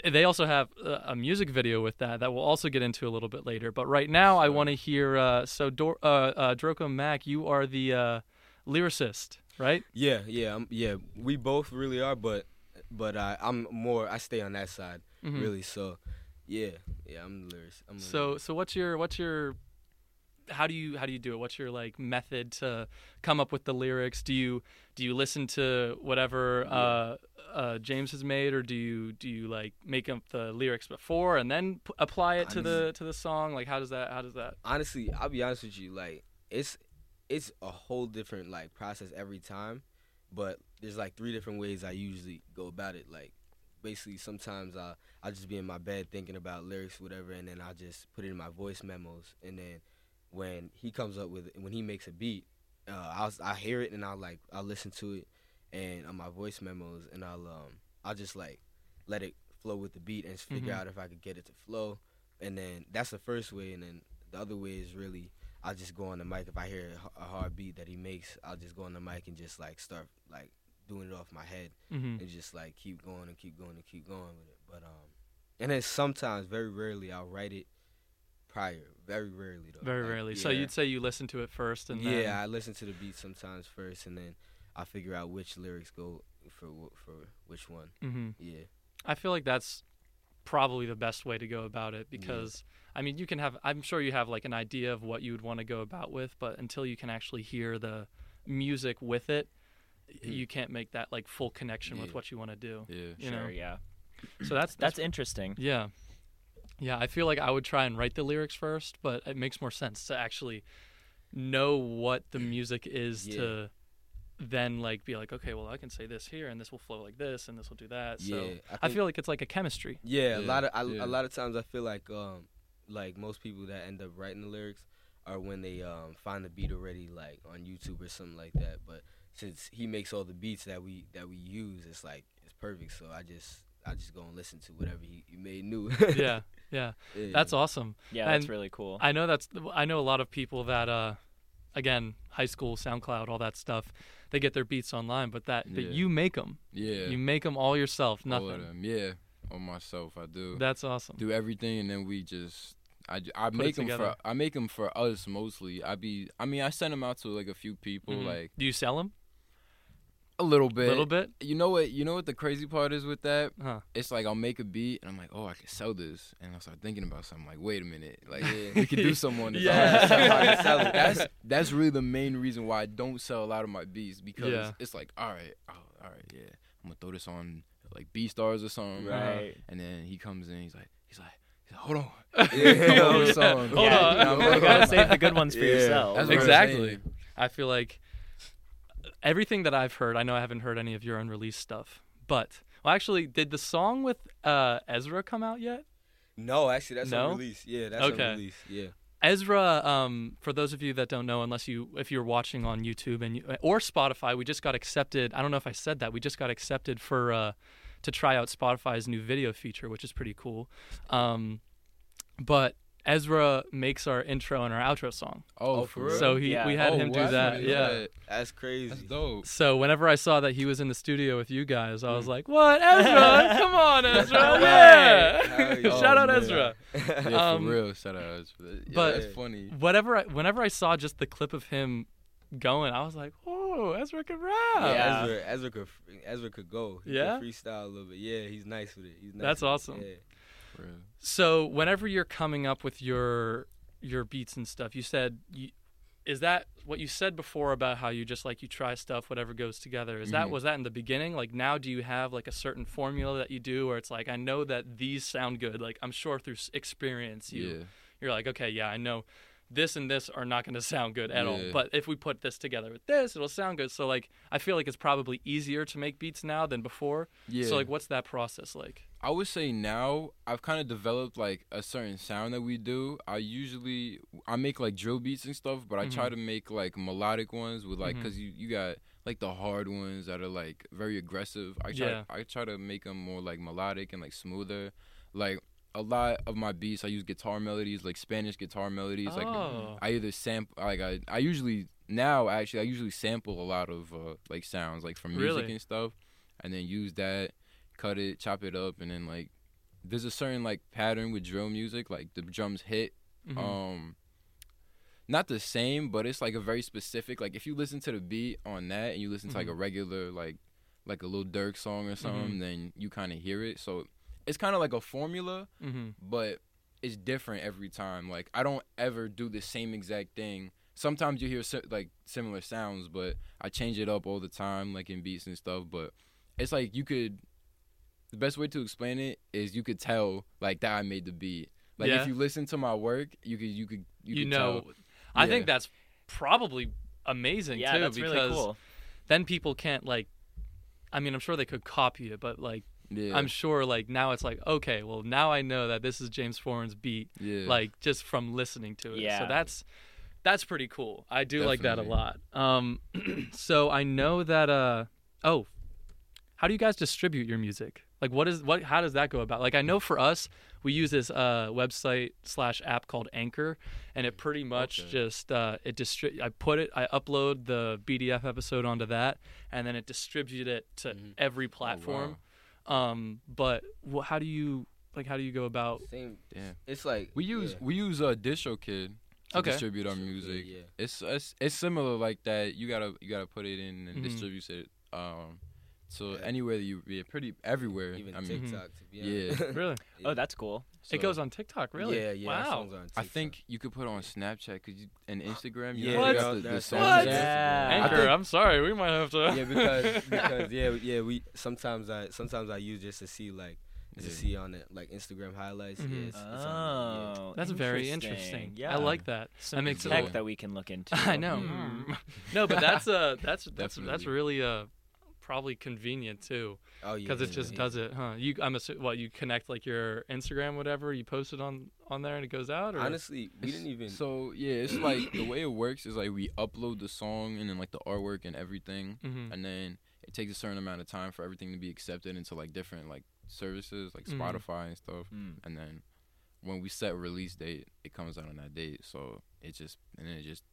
[SPEAKER 1] th- they also have uh, a music video with that that we'll also get into a little bit later but right now i want to hear uh, so Dor- uh, uh, Droko mack you are the uh, lyricist right
[SPEAKER 4] Yeah, yeah, I'm, yeah. We both really are, but but I, I'm more. I stay on that side
[SPEAKER 1] Mhm.
[SPEAKER 4] really. So yeah, yeah. I'm the lyrics. I'm the
[SPEAKER 1] So so what's your what's your how do you how do you do it? What's your like method to come up with the lyrics? Do you do you listen to whatever uh, uh, James has made, or do you do you like make up the lyrics before and then p- apply it to
[SPEAKER 4] I
[SPEAKER 1] the to the song? Like how does that how does that?
[SPEAKER 4] honestly, I'll be honest with you. Like it's it's a whole different like process every time, but there's like three different ways I usually go about it. Like basically, sometimes I I just be in my bed thinking about lyrics, whatever, and then I just put it in my voice memos, and then when he comes up with when he makes a beat, uh, I'll I hear it and I'll like I'll listen to it, and on my voice memos, and I'll um I'll just like let it flow with the beat and just figure
[SPEAKER 1] Mhm.
[SPEAKER 4] out if I could get it to flow, and then that's the first way, and then the other way is really I just go on the mic if I hear a h- a hard beat that he makes, I'll just go on the mic and just like start like doing it off my head
[SPEAKER 1] Mm-hmm.
[SPEAKER 4] and just like keep going and keep going and keep going with it. But um, and then sometimes, very rarely, I'll write it prior. Very rarely though.
[SPEAKER 1] Very
[SPEAKER 4] Like,
[SPEAKER 1] rarely. So
[SPEAKER 4] yeah.
[SPEAKER 1] you'd say you listen to it first, and
[SPEAKER 4] yeah,
[SPEAKER 1] then,
[SPEAKER 4] I listen to the beat sometimes first, and then I figure out which lyrics go for wh- for which one.
[SPEAKER 1] Mhm.
[SPEAKER 4] Yeah.
[SPEAKER 1] I feel like that's probably the best way to go about it because I mean you can have I'm sure you have like an idea of what you would want to go about with, but until you can actually hear the music with it,
[SPEAKER 4] Mhm.
[SPEAKER 1] you can't make that like full connection with
[SPEAKER 3] Yeah.
[SPEAKER 1] what you want to do.
[SPEAKER 3] Yeah.
[SPEAKER 1] You
[SPEAKER 2] sure,
[SPEAKER 1] know.
[SPEAKER 2] yeah.
[SPEAKER 1] So that's
[SPEAKER 2] That's interesting.
[SPEAKER 1] yeah. Yeah, I feel like I would try and write the lyrics first, but it makes more sense to actually know what the music is
[SPEAKER 4] Yeah.
[SPEAKER 1] to then like be like, okay, well I can say this here and this will flow like this and this will do that. So
[SPEAKER 4] yeah.
[SPEAKER 1] I
[SPEAKER 4] think-
[SPEAKER 1] feel like it's like a chemistry.
[SPEAKER 4] Yeah, a
[SPEAKER 3] Yeah,
[SPEAKER 4] lot of I,
[SPEAKER 3] yeah.
[SPEAKER 4] a lot of times I feel like um like most people that end up writing the lyrics are when they um find the beat already like on YouTube or something like that. But since he makes all the beats that we that we use, it's like it's perfect. So I just I just go and listen to whatever he, he made new. [LAUGHS]
[SPEAKER 1] yeah, yeah. That's awesome.
[SPEAKER 2] Yeah, that's
[SPEAKER 1] And-
[SPEAKER 2] really cool.
[SPEAKER 1] I know that's I know a lot of people that uh again, high school, SoundCloud, all that stuff, they get their beats online, but that but
[SPEAKER 3] Yeah.
[SPEAKER 1] you make them.
[SPEAKER 3] Yeah.
[SPEAKER 1] You make them all yourself,
[SPEAKER 3] all of
[SPEAKER 1] nothing.
[SPEAKER 3] them. Yeah. On myself, I do.
[SPEAKER 1] That's awesome.
[SPEAKER 3] do everything and then we just I, j- I
[SPEAKER 1] Put it
[SPEAKER 3] make them for
[SPEAKER 1] together.
[SPEAKER 3] I make 'em for us mostly. I be I mean I send them out to like a few people
[SPEAKER 1] Mhm.
[SPEAKER 3] like
[SPEAKER 1] do you sell them?
[SPEAKER 3] a little
[SPEAKER 1] A
[SPEAKER 3] bit.
[SPEAKER 1] little bit?
[SPEAKER 3] You know what? You know what the crazy part is with that?
[SPEAKER 1] Huh.
[SPEAKER 3] It's like I'll make a beat and I'm like, oh, I can sell this, and I start thinking about something like, wait a minute, like
[SPEAKER 4] Yeah.
[SPEAKER 3] we could do someone. This.
[SPEAKER 1] Yeah. [LAUGHS]
[SPEAKER 3] Yeah. that's that's really the main reason why I don't sell a lot of my beats because
[SPEAKER 1] Yeah.
[SPEAKER 3] it's like, all right, oh, all right, yeah, I'm gonna throw this on like B stars or something,
[SPEAKER 2] Right.
[SPEAKER 3] And then he comes in, he's like, he's like, he's like hold on.
[SPEAKER 4] Yeah.
[SPEAKER 1] [LAUGHS]
[SPEAKER 3] Hold [LAUGHS]
[SPEAKER 1] Yeah.
[SPEAKER 3] on.
[SPEAKER 1] Hold
[SPEAKER 2] yeah,
[SPEAKER 1] on.
[SPEAKER 2] [LAUGHS] you gotta save the good ones for
[SPEAKER 4] Yeah.
[SPEAKER 2] yourself.
[SPEAKER 3] That's what I'm
[SPEAKER 1] Exactly.
[SPEAKER 3] saying.
[SPEAKER 1] I feel like everything that I've heard, I know I haven't heard any of your unreleased stuff, but well, actually, did the song with uh, Ezra come out yet?
[SPEAKER 4] No, actually, that's
[SPEAKER 1] No?
[SPEAKER 4] on release. Yeah, that's
[SPEAKER 1] Okay.
[SPEAKER 4] on release. Yeah.
[SPEAKER 1] Ezra, um, for those of you that don't know, unless you if you're watching on YouTube and you, or Spotify, we just got accepted. I don't know if I said that. We just got accepted for uh, to try out Spotify's new video feature, which is pretty cool. Um, but Ezra makes our intro and our outro song,
[SPEAKER 3] Oh,
[SPEAKER 4] Oh, for
[SPEAKER 3] for
[SPEAKER 4] real?
[SPEAKER 3] real?
[SPEAKER 1] so he
[SPEAKER 2] Yeah.
[SPEAKER 1] we had
[SPEAKER 3] Oh,
[SPEAKER 1] him do
[SPEAKER 3] wow.
[SPEAKER 1] that. Yeah.
[SPEAKER 4] That's crazy.
[SPEAKER 1] [LAUGHS]
[SPEAKER 3] That's dope.
[SPEAKER 1] So whenever I saw that he was in the studio with you guys, I
[SPEAKER 3] Hmm.
[SPEAKER 1] was like, "What,
[SPEAKER 3] [LAUGHS]
[SPEAKER 1] Ezra? Come on, [LAUGHS] Ezra! Yeah! [LAUGHS]
[SPEAKER 4] Hell yeah.
[SPEAKER 1] Shout out
[SPEAKER 3] Oh, man.
[SPEAKER 1] Ezra!"
[SPEAKER 3] Yeah,
[SPEAKER 1] Um,
[SPEAKER 3] for real. Shout out. That's- yeah,
[SPEAKER 1] but-
[SPEAKER 3] that's funny.
[SPEAKER 1] whatever I, whenever I saw just the clip of him going, I was like, "Whoa, Ezra can rap!"
[SPEAKER 2] Yeah.
[SPEAKER 4] [LAUGHS] Yeah, Ezra, Ezra could Ezra could go. He
[SPEAKER 1] Yeah?
[SPEAKER 4] could freestyle a little bit. Yeah, he's nice with it. He's nice
[SPEAKER 1] That's
[SPEAKER 4] with it.
[SPEAKER 1] awesome.
[SPEAKER 4] Yeah.
[SPEAKER 3] For real.
[SPEAKER 1] So whenever you're coming up with your your beats and stuff, you said, you, "Is that what you said before about how you just like you try stuff, whatever goes together?" Is that
[SPEAKER 3] Mhm.
[SPEAKER 1] was that in the beginning? Like now, do you have like a certain formula that you do where it's like, "I know that these sound good." Like I'm sure through s- experience, you
[SPEAKER 3] Yeah.
[SPEAKER 1] you're like, okay, yeah, I know this and this are not going to [LAUGHS] sound good at all.
[SPEAKER 3] Yeah.
[SPEAKER 1] But if we put this together with this, it'll sound good. So like, I feel like it's probably easier to make beats now than before.
[SPEAKER 3] Yeah.
[SPEAKER 1] So like, what's that process like?
[SPEAKER 3] I would say now I've kind of developed like a certain sound that we do. I usually I make like drill beats and stuff, but I try to make like melodic ones with like
[SPEAKER 1] Mhm.
[SPEAKER 3] because you you got like the hard ones that are like very aggressive. I try
[SPEAKER 1] Yeah.
[SPEAKER 3] I try to make them more like melodic and like smoother. Like a lot of my beats, I use guitar melodies, like Spanish guitar melodies. Like
[SPEAKER 1] oh,
[SPEAKER 3] I either sample like I I usually now actually I usually sample a lot of uh, like sounds like from music
[SPEAKER 1] Really?
[SPEAKER 3] and stuff, and then use that, cut it, chop it up, and then like there's a certain like pattern with drill music like the drums hit
[SPEAKER 1] mhm.
[SPEAKER 3] um not the same but it's like a very specific like if you listen to the beat on that and you listen to like a regular like like a little Dirk song or something then you kind of hear it so it's kind of like a formula
[SPEAKER 1] Mhm.
[SPEAKER 3] but it's different every time. Like I don't ever do the same exact thing. Sometimes you hear si- like similar sounds, but I change it up all the time, like in beats and stuff. But it's like you could. The best way to explain it is you could tell like that I made the beat. Like
[SPEAKER 1] Yeah.
[SPEAKER 3] if you listen to my work, you could you could you,
[SPEAKER 1] you
[SPEAKER 3] could
[SPEAKER 1] know,
[SPEAKER 3] tell.
[SPEAKER 1] I
[SPEAKER 3] Yeah.
[SPEAKER 1] think that's probably amazing
[SPEAKER 2] yeah,
[SPEAKER 1] too
[SPEAKER 2] that's
[SPEAKER 1] because
[SPEAKER 2] really cool.
[SPEAKER 1] then people can't like. I mean, I'm sure they could copy it, but like,
[SPEAKER 3] Yeah,
[SPEAKER 1] I'm sure like now it's like, okay, well now I know that this is James Foran's beat.
[SPEAKER 3] yeah,
[SPEAKER 1] like just from listening to it. So
[SPEAKER 2] Yeah.
[SPEAKER 1] that's that's pretty cool. I do like that a
[SPEAKER 3] Definitely.
[SPEAKER 1] lot. Um, [CLEARS THROAT] so I know that. Uh, oh, how do you guys distribute your music? Like, what is what? How does that go about? Like, I know for us, we use this uh, website slash app called Anchor, and it pretty much
[SPEAKER 3] Okay.
[SPEAKER 1] just uh, it distri- I put it, I upload the BDF episode onto that, and then it distributes it to
[SPEAKER 3] Mm-hmm.
[SPEAKER 4] Mhm.
[SPEAKER 3] Oh,
[SPEAKER 1] every platform. Um, but wh- how do you like? How do you go
[SPEAKER 3] [LAUGHS]
[SPEAKER 1] about?
[SPEAKER 4] Same.
[SPEAKER 3] Yeah.
[SPEAKER 4] It's like
[SPEAKER 3] we use
[SPEAKER 4] yeah.
[SPEAKER 3] we use a uh, Distro Kid to
[SPEAKER 1] Okay.
[SPEAKER 3] distribute our music.
[SPEAKER 4] Yeah.
[SPEAKER 3] it's, it's it's similar like that. You gotta you gotta put it in and
[SPEAKER 1] Mhm.
[SPEAKER 3] distribute it. Um, so
[SPEAKER 4] Yeah.
[SPEAKER 3] anywhere that you yeah, pretty everywhere.
[SPEAKER 4] Even
[SPEAKER 3] I mean,
[SPEAKER 1] Mhm.
[SPEAKER 4] TikTok. To be
[SPEAKER 3] Yeah.
[SPEAKER 4] honest.
[SPEAKER 1] Really?
[SPEAKER 2] Oh, that's cool.
[SPEAKER 3] so-
[SPEAKER 1] it goes on TikTok, [LAUGHS] really?
[SPEAKER 4] Yeah, yeah. our
[SPEAKER 1] Wow.
[SPEAKER 4] songs are on
[SPEAKER 3] I
[SPEAKER 4] TikTok.
[SPEAKER 3] think you could put it on Snapchat cause you, and Instagram. You
[SPEAKER 4] Yeah.
[SPEAKER 1] What?
[SPEAKER 3] got
[SPEAKER 4] they're-
[SPEAKER 3] The,
[SPEAKER 4] they're
[SPEAKER 3] the songs
[SPEAKER 4] songs
[SPEAKER 1] What?
[SPEAKER 4] on
[SPEAKER 3] there.
[SPEAKER 2] Yeah.
[SPEAKER 3] I
[SPEAKER 1] Anchor,
[SPEAKER 3] think-
[SPEAKER 1] I'm sorry, we might have to. [LAUGHS]
[SPEAKER 4] yeah, because because yeah yeah we sometimes I sometimes I use just to see like
[SPEAKER 3] Yeah.
[SPEAKER 4] just to see on it like Instagram highlights. Yeah,
[SPEAKER 1] Mhm.
[SPEAKER 4] it's, it's on there, yeah.
[SPEAKER 2] Oh,
[SPEAKER 1] that's very interesting.
[SPEAKER 2] Yeah,
[SPEAKER 1] I like that.
[SPEAKER 2] Some
[SPEAKER 1] makes
[SPEAKER 3] it
[SPEAKER 2] tech [LAUGHS]
[SPEAKER 3] look-
[SPEAKER 2] that we can look
[SPEAKER 1] [LAUGHS]
[SPEAKER 2] into.
[SPEAKER 1] I know.
[SPEAKER 2] Hmm.
[SPEAKER 1] no, but that's uh that's that's that's
[SPEAKER 3] Definitely.
[SPEAKER 1] really uh probably convenient too
[SPEAKER 4] Oh yeah.
[SPEAKER 1] because it
[SPEAKER 4] yeah,
[SPEAKER 1] just
[SPEAKER 4] yeah.
[SPEAKER 1] does it, huh? You I'm assuming well you connect like your Instagram whatever you post it on on there and it goes out or
[SPEAKER 4] Honestly, we didn't even.
[SPEAKER 3] So yeah,
[SPEAKER 4] [CLEARS THROAT]
[SPEAKER 3] it's like the way it works is like we upload the song and then like the artwork and everything,
[SPEAKER 1] Mhm.
[SPEAKER 3] and then it takes a certain amount of time for everything to be accepted into like different like services like
[SPEAKER 1] Mhm.
[SPEAKER 3] Spotify and stuff.
[SPEAKER 2] Hmm.
[SPEAKER 3] and then when we set release date, it comes out on that date. So it just and then it just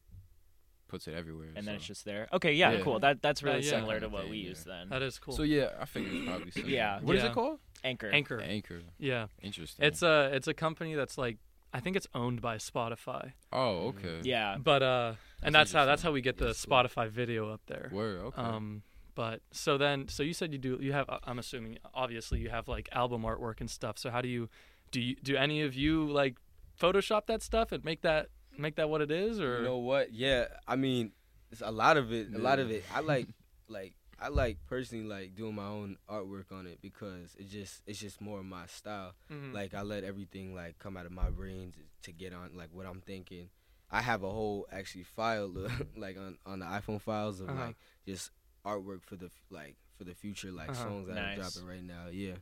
[SPEAKER 3] puts it everywhere.
[SPEAKER 2] And then
[SPEAKER 3] so.
[SPEAKER 2] it's just there. Okay, yeah,
[SPEAKER 3] Yeah.
[SPEAKER 2] cool. That that's really
[SPEAKER 1] yeah.
[SPEAKER 2] similar to
[SPEAKER 3] Kinda
[SPEAKER 2] what
[SPEAKER 3] thing,
[SPEAKER 2] we
[SPEAKER 3] yeah.
[SPEAKER 2] use then.
[SPEAKER 1] that is cool.
[SPEAKER 3] so yeah, I figured it's
[SPEAKER 1] [CLEARS THROAT]
[SPEAKER 3] probably similar.
[SPEAKER 2] Yeah.
[SPEAKER 3] What is
[SPEAKER 1] Yeah.
[SPEAKER 3] it called?
[SPEAKER 2] Anchor.
[SPEAKER 1] Anchor.
[SPEAKER 3] Anchor.
[SPEAKER 1] Yeah.
[SPEAKER 3] Interesting.
[SPEAKER 1] It's a it's a company that's like I think it's owned by Spotify.
[SPEAKER 3] oh okay.
[SPEAKER 2] Yeah.
[SPEAKER 1] But uh and that's
[SPEAKER 3] That's
[SPEAKER 1] how that's
[SPEAKER 3] interesting.
[SPEAKER 1] how we get the
[SPEAKER 4] Yes, cool.
[SPEAKER 1] Spotify video up there.
[SPEAKER 3] Word. Okay.
[SPEAKER 1] Um, but so then, so you said you do, you have, uh, I'm assuming, obviously, you have like album artwork and stuff. So how do you, do you, do any of you like Photoshop that stuff and make that, make that what it is? Or,
[SPEAKER 4] You know what? Yeah, I mean, it's a lot of it. A lot of
[SPEAKER 3] Yeah.
[SPEAKER 4] it.
[SPEAKER 3] [LAUGHS]
[SPEAKER 4] I like, like, I like personally like doing my own artwork on it because it just it's just more of my style.
[SPEAKER 1] Mhm.
[SPEAKER 4] Like I let everything like come out of my brains to get on like what I'm thinking, I have a whole actually file [LAUGHS] like on on the iPhone files of
[SPEAKER 1] Uh-huh.
[SPEAKER 4] like just artwork for the f- like for the future like
[SPEAKER 1] Uh-huh.
[SPEAKER 4] songs that I'm
[SPEAKER 2] Nice.
[SPEAKER 4] dropping right now. Yeah.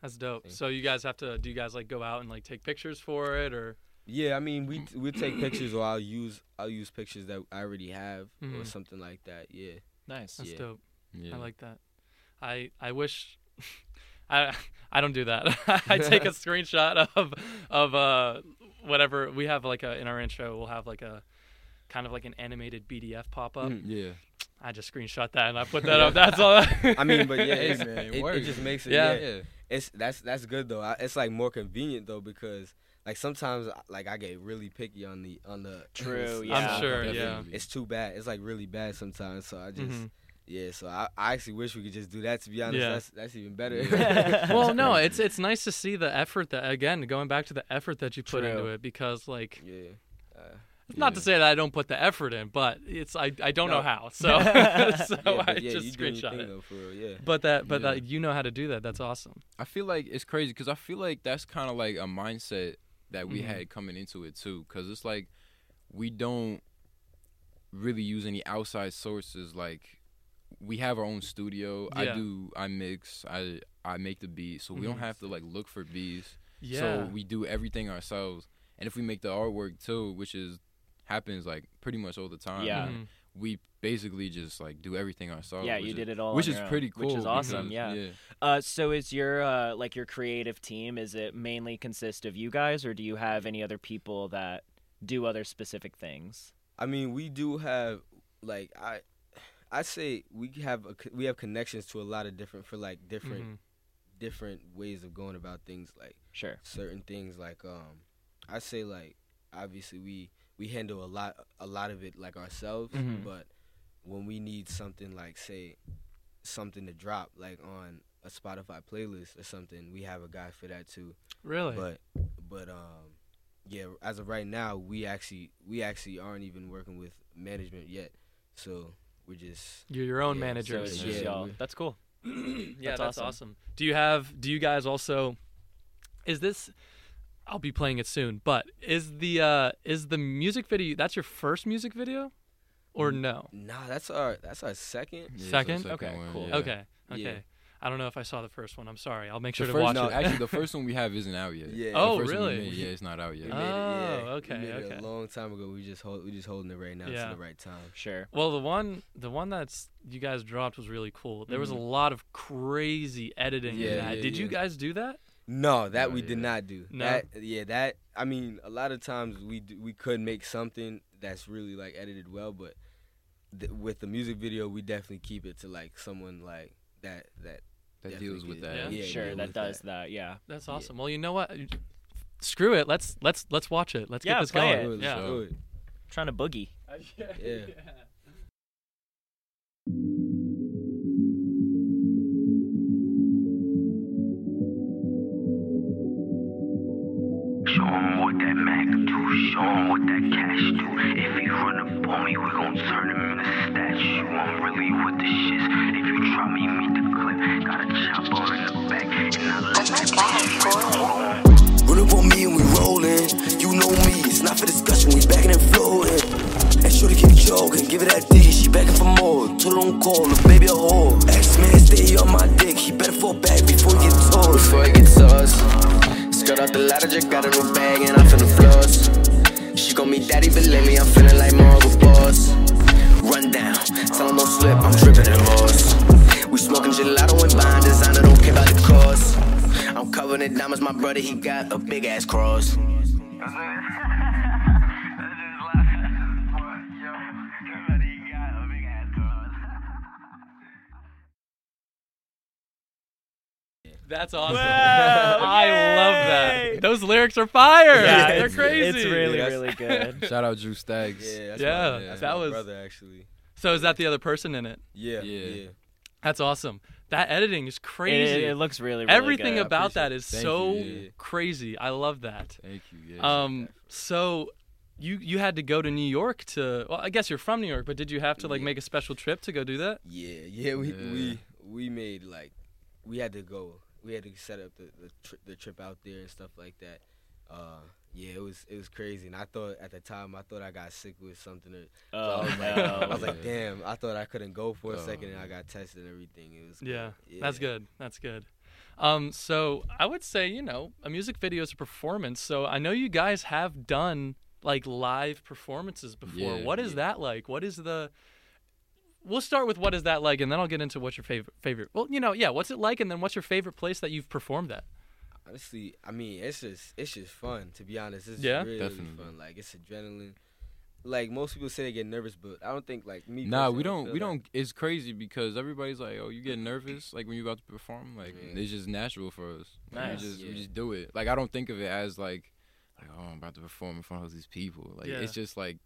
[SPEAKER 1] That's dope.
[SPEAKER 4] Same.
[SPEAKER 1] So you guys have to do you guys like go out and like take pictures for it or
[SPEAKER 4] Yeah, I mean we we take pictures or I'll use I'll use pictures that I already have or
[SPEAKER 1] Mhm.
[SPEAKER 4] something like that. Yeah.
[SPEAKER 2] Nice.
[SPEAKER 1] that's
[SPEAKER 4] Yeah.
[SPEAKER 1] dope.
[SPEAKER 3] Yeah.
[SPEAKER 1] I like that. I I wish [LAUGHS] I I don't do that. [LAUGHS] I take a
[SPEAKER 4] [LAUGHS]
[SPEAKER 1] screenshot of of uh whatever we have like a in our intro we'll have like a kind of like an animated BDF pop up.
[SPEAKER 4] Mhm.
[SPEAKER 3] Mm, yeah.
[SPEAKER 1] I just screenshot that and I put that up. That's all.
[SPEAKER 4] I mean,
[SPEAKER 1] [LAUGHS]
[SPEAKER 4] but yeah,
[SPEAKER 3] Hey, [LAUGHS]
[SPEAKER 4] it's,
[SPEAKER 3] man,
[SPEAKER 4] it,
[SPEAKER 3] it
[SPEAKER 4] it
[SPEAKER 3] works.
[SPEAKER 4] just makes it
[SPEAKER 1] Yeah.
[SPEAKER 4] yeah. It's that's that's good though. I, it's like more convenient though because like sometimes like I get really picky on the on the
[SPEAKER 2] True,
[SPEAKER 4] it's-
[SPEAKER 2] yeah.
[SPEAKER 1] I'm sure. Yeah.
[SPEAKER 3] Definitely.
[SPEAKER 4] It's too bad. It's like really bad sometimes. So I just
[SPEAKER 1] Mhm.
[SPEAKER 4] yeah. So I, I actually wish we could just do that. To be honest,
[SPEAKER 1] Yeah.
[SPEAKER 4] that's that's even better. [LAUGHS]
[SPEAKER 2] Yeah.
[SPEAKER 1] [LAUGHS] Well, no,
[SPEAKER 3] crazy.
[SPEAKER 1] it's it's nice to see the effort that again going back to the effort that you put
[SPEAKER 2] True.
[SPEAKER 1] into it because like [LAUGHS]
[SPEAKER 4] yeah. Uh,
[SPEAKER 1] it's not to
[SPEAKER 3] Yeah.
[SPEAKER 1] say that I don't put the effort in, but it's I, I don't know
[SPEAKER 4] No.
[SPEAKER 1] how.
[SPEAKER 4] [LAUGHS]
[SPEAKER 1] So [LAUGHS] so
[SPEAKER 4] yeah,
[SPEAKER 1] I
[SPEAKER 4] but yeah, you
[SPEAKER 1] just
[SPEAKER 4] doing your
[SPEAKER 1] screenshot
[SPEAKER 4] thing,
[SPEAKER 1] it.
[SPEAKER 4] Though, for real, yeah.
[SPEAKER 1] But that but
[SPEAKER 3] Yeah.
[SPEAKER 1] that you know how to do that. That's awesome.
[SPEAKER 3] I feel like it's crazy because I feel like that's kind of like a mindset that we
[SPEAKER 1] Mhm.
[SPEAKER 3] had coming into it too. Because it's like we don't really use any outside sources. Like we have our own studio. I
[SPEAKER 1] Yeah.
[SPEAKER 3] do. I mix. I I make the beat, so we
[SPEAKER 1] Mhm.
[SPEAKER 3] don't have to like look for beats.
[SPEAKER 1] Yeah.
[SPEAKER 3] So we do everything ourselves, and if we make the artwork too, which is happens like pretty much all the time.
[SPEAKER 2] Yeah.
[SPEAKER 1] Mhm.
[SPEAKER 3] We basically just like do everything ourselves.
[SPEAKER 2] Mm-hmm. yeah,
[SPEAKER 3] which
[SPEAKER 2] you
[SPEAKER 3] is-
[SPEAKER 2] did it all.
[SPEAKER 3] Which
[SPEAKER 2] on
[SPEAKER 3] is
[SPEAKER 2] your own,
[SPEAKER 3] pretty cool.
[SPEAKER 2] Which is awesome.
[SPEAKER 3] because-
[SPEAKER 2] yeah.
[SPEAKER 3] yeah.
[SPEAKER 2] Uh, so is your uh, like your creative team? Is it mainly consist of you guys, or do you have any other people that do other specific things?
[SPEAKER 4] I mean, we do have like I. I say we have a, co- we have connections to a lot of different for like different
[SPEAKER 1] Mhm.
[SPEAKER 4] different ways of going about things like
[SPEAKER 2] Sure.
[SPEAKER 4] certain things like um I say like obviously we we handle a lot a lot of it like ourselves
[SPEAKER 1] Mhm.
[SPEAKER 4] but when we need something like say something to drop like on a Spotify playlist or something we have a guy for that too
[SPEAKER 1] Really.
[SPEAKER 4] but but um yeah as of right now we actually we actually aren't even working with management yet so we're just
[SPEAKER 1] You're your own
[SPEAKER 4] Yeah,
[SPEAKER 1] manager.
[SPEAKER 2] So it's just
[SPEAKER 4] Yeah,
[SPEAKER 2] y'all.
[SPEAKER 4] we-
[SPEAKER 2] That's cool. [CLEARS THROAT]
[SPEAKER 1] yeah,
[SPEAKER 2] That's
[SPEAKER 1] that's,
[SPEAKER 2] awesome.
[SPEAKER 1] awesome. Do you have? Do you guys also? Is this? I'll be playing it soon. But is the uh is the music video? That's your first music video, or
[SPEAKER 3] Mm.
[SPEAKER 1] no?
[SPEAKER 4] nah that's our that's our second
[SPEAKER 3] Yeah, so
[SPEAKER 1] Second?
[SPEAKER 2] Okay,
[SPEAKER 3] one,
[SPEAKER 2] cool.
[SPEAKER 3] yeah.
[SPEAKER 1] Okay.
[SPEAKER 4] Yeah.
[SPEAKER 1] Okay. I don't know if I saw the first one. I'm sorry. I'll make
[SPEAKER 3] The
[SPEAKER 1] sure to
[SPEAKER 3] first-
[SPEAKER 1] watch
[SPEAKER 3] no,
[SPEAKER 1] it.
[SPEAKER 3] Actually,
[SPEAKER 1] [LAUGHS]
[SPEAKER 3] the first one we have isn't out yet.
[SPEAKER 4] Yeah. Uh,
[SPEAKER 3] The
[SPEAKER 1] Oh,
[SPEAKER 3] first one we
[SPEAKER 1] really?
[SPEAKER 3] made, yeah, it's not out
[SPEAKER 4] We
[SPEAKER 3] yet.
[SPEAKER 4] made it, yeah.
[SPEAKER 1] Oh, okay,
[SPEAKER 4] We made
[SPEAKER 1] okay.
[SPEAKER 4] it a long time ago. We just hold, we just holding it right now
[SPEAKER 1] Yeah.
[SPEAKER 4] to the right time.
[SPEAKER 2] Sure.
[SPEAKER 1] Well, the one the one that's you guys dropped was really cool. There
[SPEAKER 3] Mm-hmm.
[SPEAKER 1] was a lot of crazy editing
[SPEAKER 4] Yeah,
[SPEAKER 1] in that.
[SPEAKER 4] yeah,
[SPEAKER 1] Did you
[SPEAKER 4] yeah.
[SPEAKER 1] guys do that?
[SPEAKER 4] No, that we
[SPEAKER 3] Not
[SPEAKER 4] did
[SPEAKER 3] yet.
[SPEAKER 4] not do.
[SPEAKER 1] Oh, No?
[SPEAKER 4] That yeah, that I mean, a lot of times we do, we could make something that's really like edited well, but th- with the music video, we definitely keep it to like someone like that that
[SPEAKER 3] That
[SPEAKER 4] definitely
[SPEAKER 3] deals with
[SPEAKER 4] could-
[SPEAKER 3] that.
[SPEAKER 1] Yeah.
[SPEAKER 4] Yeah,
[SPEAKER 2] sure.
[SPEAKER 4] deal
[SPEAKER 2] That
[SPEAKER 4] with
[SPEAKER 2] does that. Yeah.
[SPEAKER 1] That's
[SPEAKER 4] Yeah.
[SPEAKER 1] awesome. Well, you know what? Screw it. Let's let's let's watch it. Let's
[SPEAKER 2] Yeah,
[SPEAKER 1] get this
[SPEAKER 2] play
[SPEAKER 1] going.
[SPEAKER 2] it.
[SPEAKER 4] Let's
[SPEAKER 1] Yeah.
[SPEAKER 4] do it.
[SPEAKER 2] Trying to boogie.
[SPEAKER 4] Oh, Yeah.
[SPEAKER 5] Show 'em what that Mac do, show 'em what that cash do. If you run up on me, we gon' turn him into statue. I'm really with the shits. If you try me, meet the clip. Got a chopper in the back, and I let [LAUGHS] that bitch rip. Hold on.
[SPEAKER 6] Run up on me and we rollin'. You know me, it's not for discussion, we backin' and floatin'. And shorty keep joking, give it that D, she backin' for more. Told her don't call, her baby a whore. X man stay on my dick, he better fall back before he gets told.
[SPEAKER 7] before it gets us. Skirt out the ladder, just got a new bag and I'm finna floss. She gon' meet daddy, but let me, I'm feeling like more of a boss. Run down, tell him don't slip, I'm drippin' in horse. We smoking gelato and buying designer, don't care about the cost. I'm covered in diamonds, my brother, he got a big ass cross.
[SPEAKER 5] That's it. That's just life. That's just part. Yo, somebody got a big ass car.
[SPEAKER 1] That's awesome.
[SPEAKER 2] Wow,
[SPEAKER 1] [LAUGHS] I
[SPEAKER 2] yay!
[SPEAKER 1] love that. Those lyrics are fire.
[SPEAKER 2] Yeah,
[SPEAKER 1] they're
[SPEAKER 2] it's-
[SPEAKER 1] crazy.
[SPEAKER 2] It's really,
[SPEAKER 4] That's-
[SPEAKER 2] really
[SPEAKER 3] [LAUGHS]
[SPEAKER 2] good.
[SPEAKER 3] Shout out Drew Staggs.
[SPEAKER 4] Yeah, that's
[SPEAKER 1] Yeah,
[SPEAKER 4] my, that's
[SPEAKER 1] that
[SPEAKER 4] my
[SPEAKER 1] was-
[SPEAKER 4] brother actually.
[SPEAKER 1] So is that the other person in it?
[SPEAKER 4] Yeah,
[SPEAKER 3] Yeah.
[SPEAKER 4] yeah.
[SPEAKER 1] That's awesome. That editing is crazy.
[SPEAKER 2] it, it looks really, really
[SPEAKER 1] Everything
[SPEAKER 2] good.
[SPEAKER 1] about that is
[SPEAKER 3] Thank
[SPEAKER 1] so
[SPEAKER 3] you, yeah.
[SPEAKER 1] crazy. I love that.
[SPEAKER 3] Thank you. Yeah.
[SPEAKER 1] Um, so you you had to go to New York to well, I guess you're from New York, but did you have to like
[SPEAKER 4] Yeah.
[SPEAKER 1] make a special trip to go do that?
[SPEAKER 4] Yeah, yeah, we
[SPEAKER 3] Yeah.
[SPEAKER 4] we we made like we had to go. We had to set up the the, tri- the trip out there and stuff like that. Uh, yeah, it was it was crazy, and I thought at the time I thought I got sick with something. Or,
[SPEAKER 2] Oh,
[SPEAKER 4] [LAUGHS] I was like,
[SPEAKER 2] no.
[SPEAKER 4] I was like,
[SPEAKER 3] Yeah.
[SPEAKER 4] damn, I thought I couldn't go for a
[SPEAKER 3] Oh,
[SPEAKER 4] second, and I
[SPEAKER 3] man.
[SPEAKER 4] got tested and everything. It was
[SPEAKER 1] Yeah,
[SPEAKER 4] good.
[SPEAKER 1] that's
[SPEAKER 4] Yeah.
[SPEAKER 1] good. That's good. Um, so I would say, you know, a music video is a performance. So I know you guys have done like live performances before.
[SPEAKER 3] Yeah,
[SPEAKER 1] what is
[SPEAKER 3] yeah.
[SPEAKER 1] that like? What is the We'll start with what is that like and then I'll get into what's your favorite favorite. Well, you know, yeah, what's it like and then what's your favorite place that you've performed at?
[SPEAKER 4] Honestly, I mean, it's just it's just fun to be honest. It's
[SPEAKER 1] Yeah?
[SPEAKER 4] yeah, really,
[SPEAKER 3] Definitely.
[SPEAKER 4] fun. Like it's adrenaline. Like most people say they get nervous, but I don't think like me.
[SPEAKER 3] Nah,
[SPEAKER 4] personally, I
[SPEAKER 3] we don't.
[SPEAKER 4] feel
[SPEAKER 3] We
[SPEAKER 4] that.
[SPEAKER 3] don't. It's crazy because everybody's like, "Oh, you get nervous like when you about to perform." Like
[SPEAKER 4] Yeah.
[SPEAKER 3] it's just natural for us. Like,
[SPEAKER 2] Nice.
[SPEAKER 3] We just we
[SPEAKER 4] Yeah.
[SPEAKER 3] just do it. Like I don't think of it as like, like oh, I'm about to perform in front of these people. Like
[SPEAKER 1] Yeah.
[SPEAKER 3] it's just like,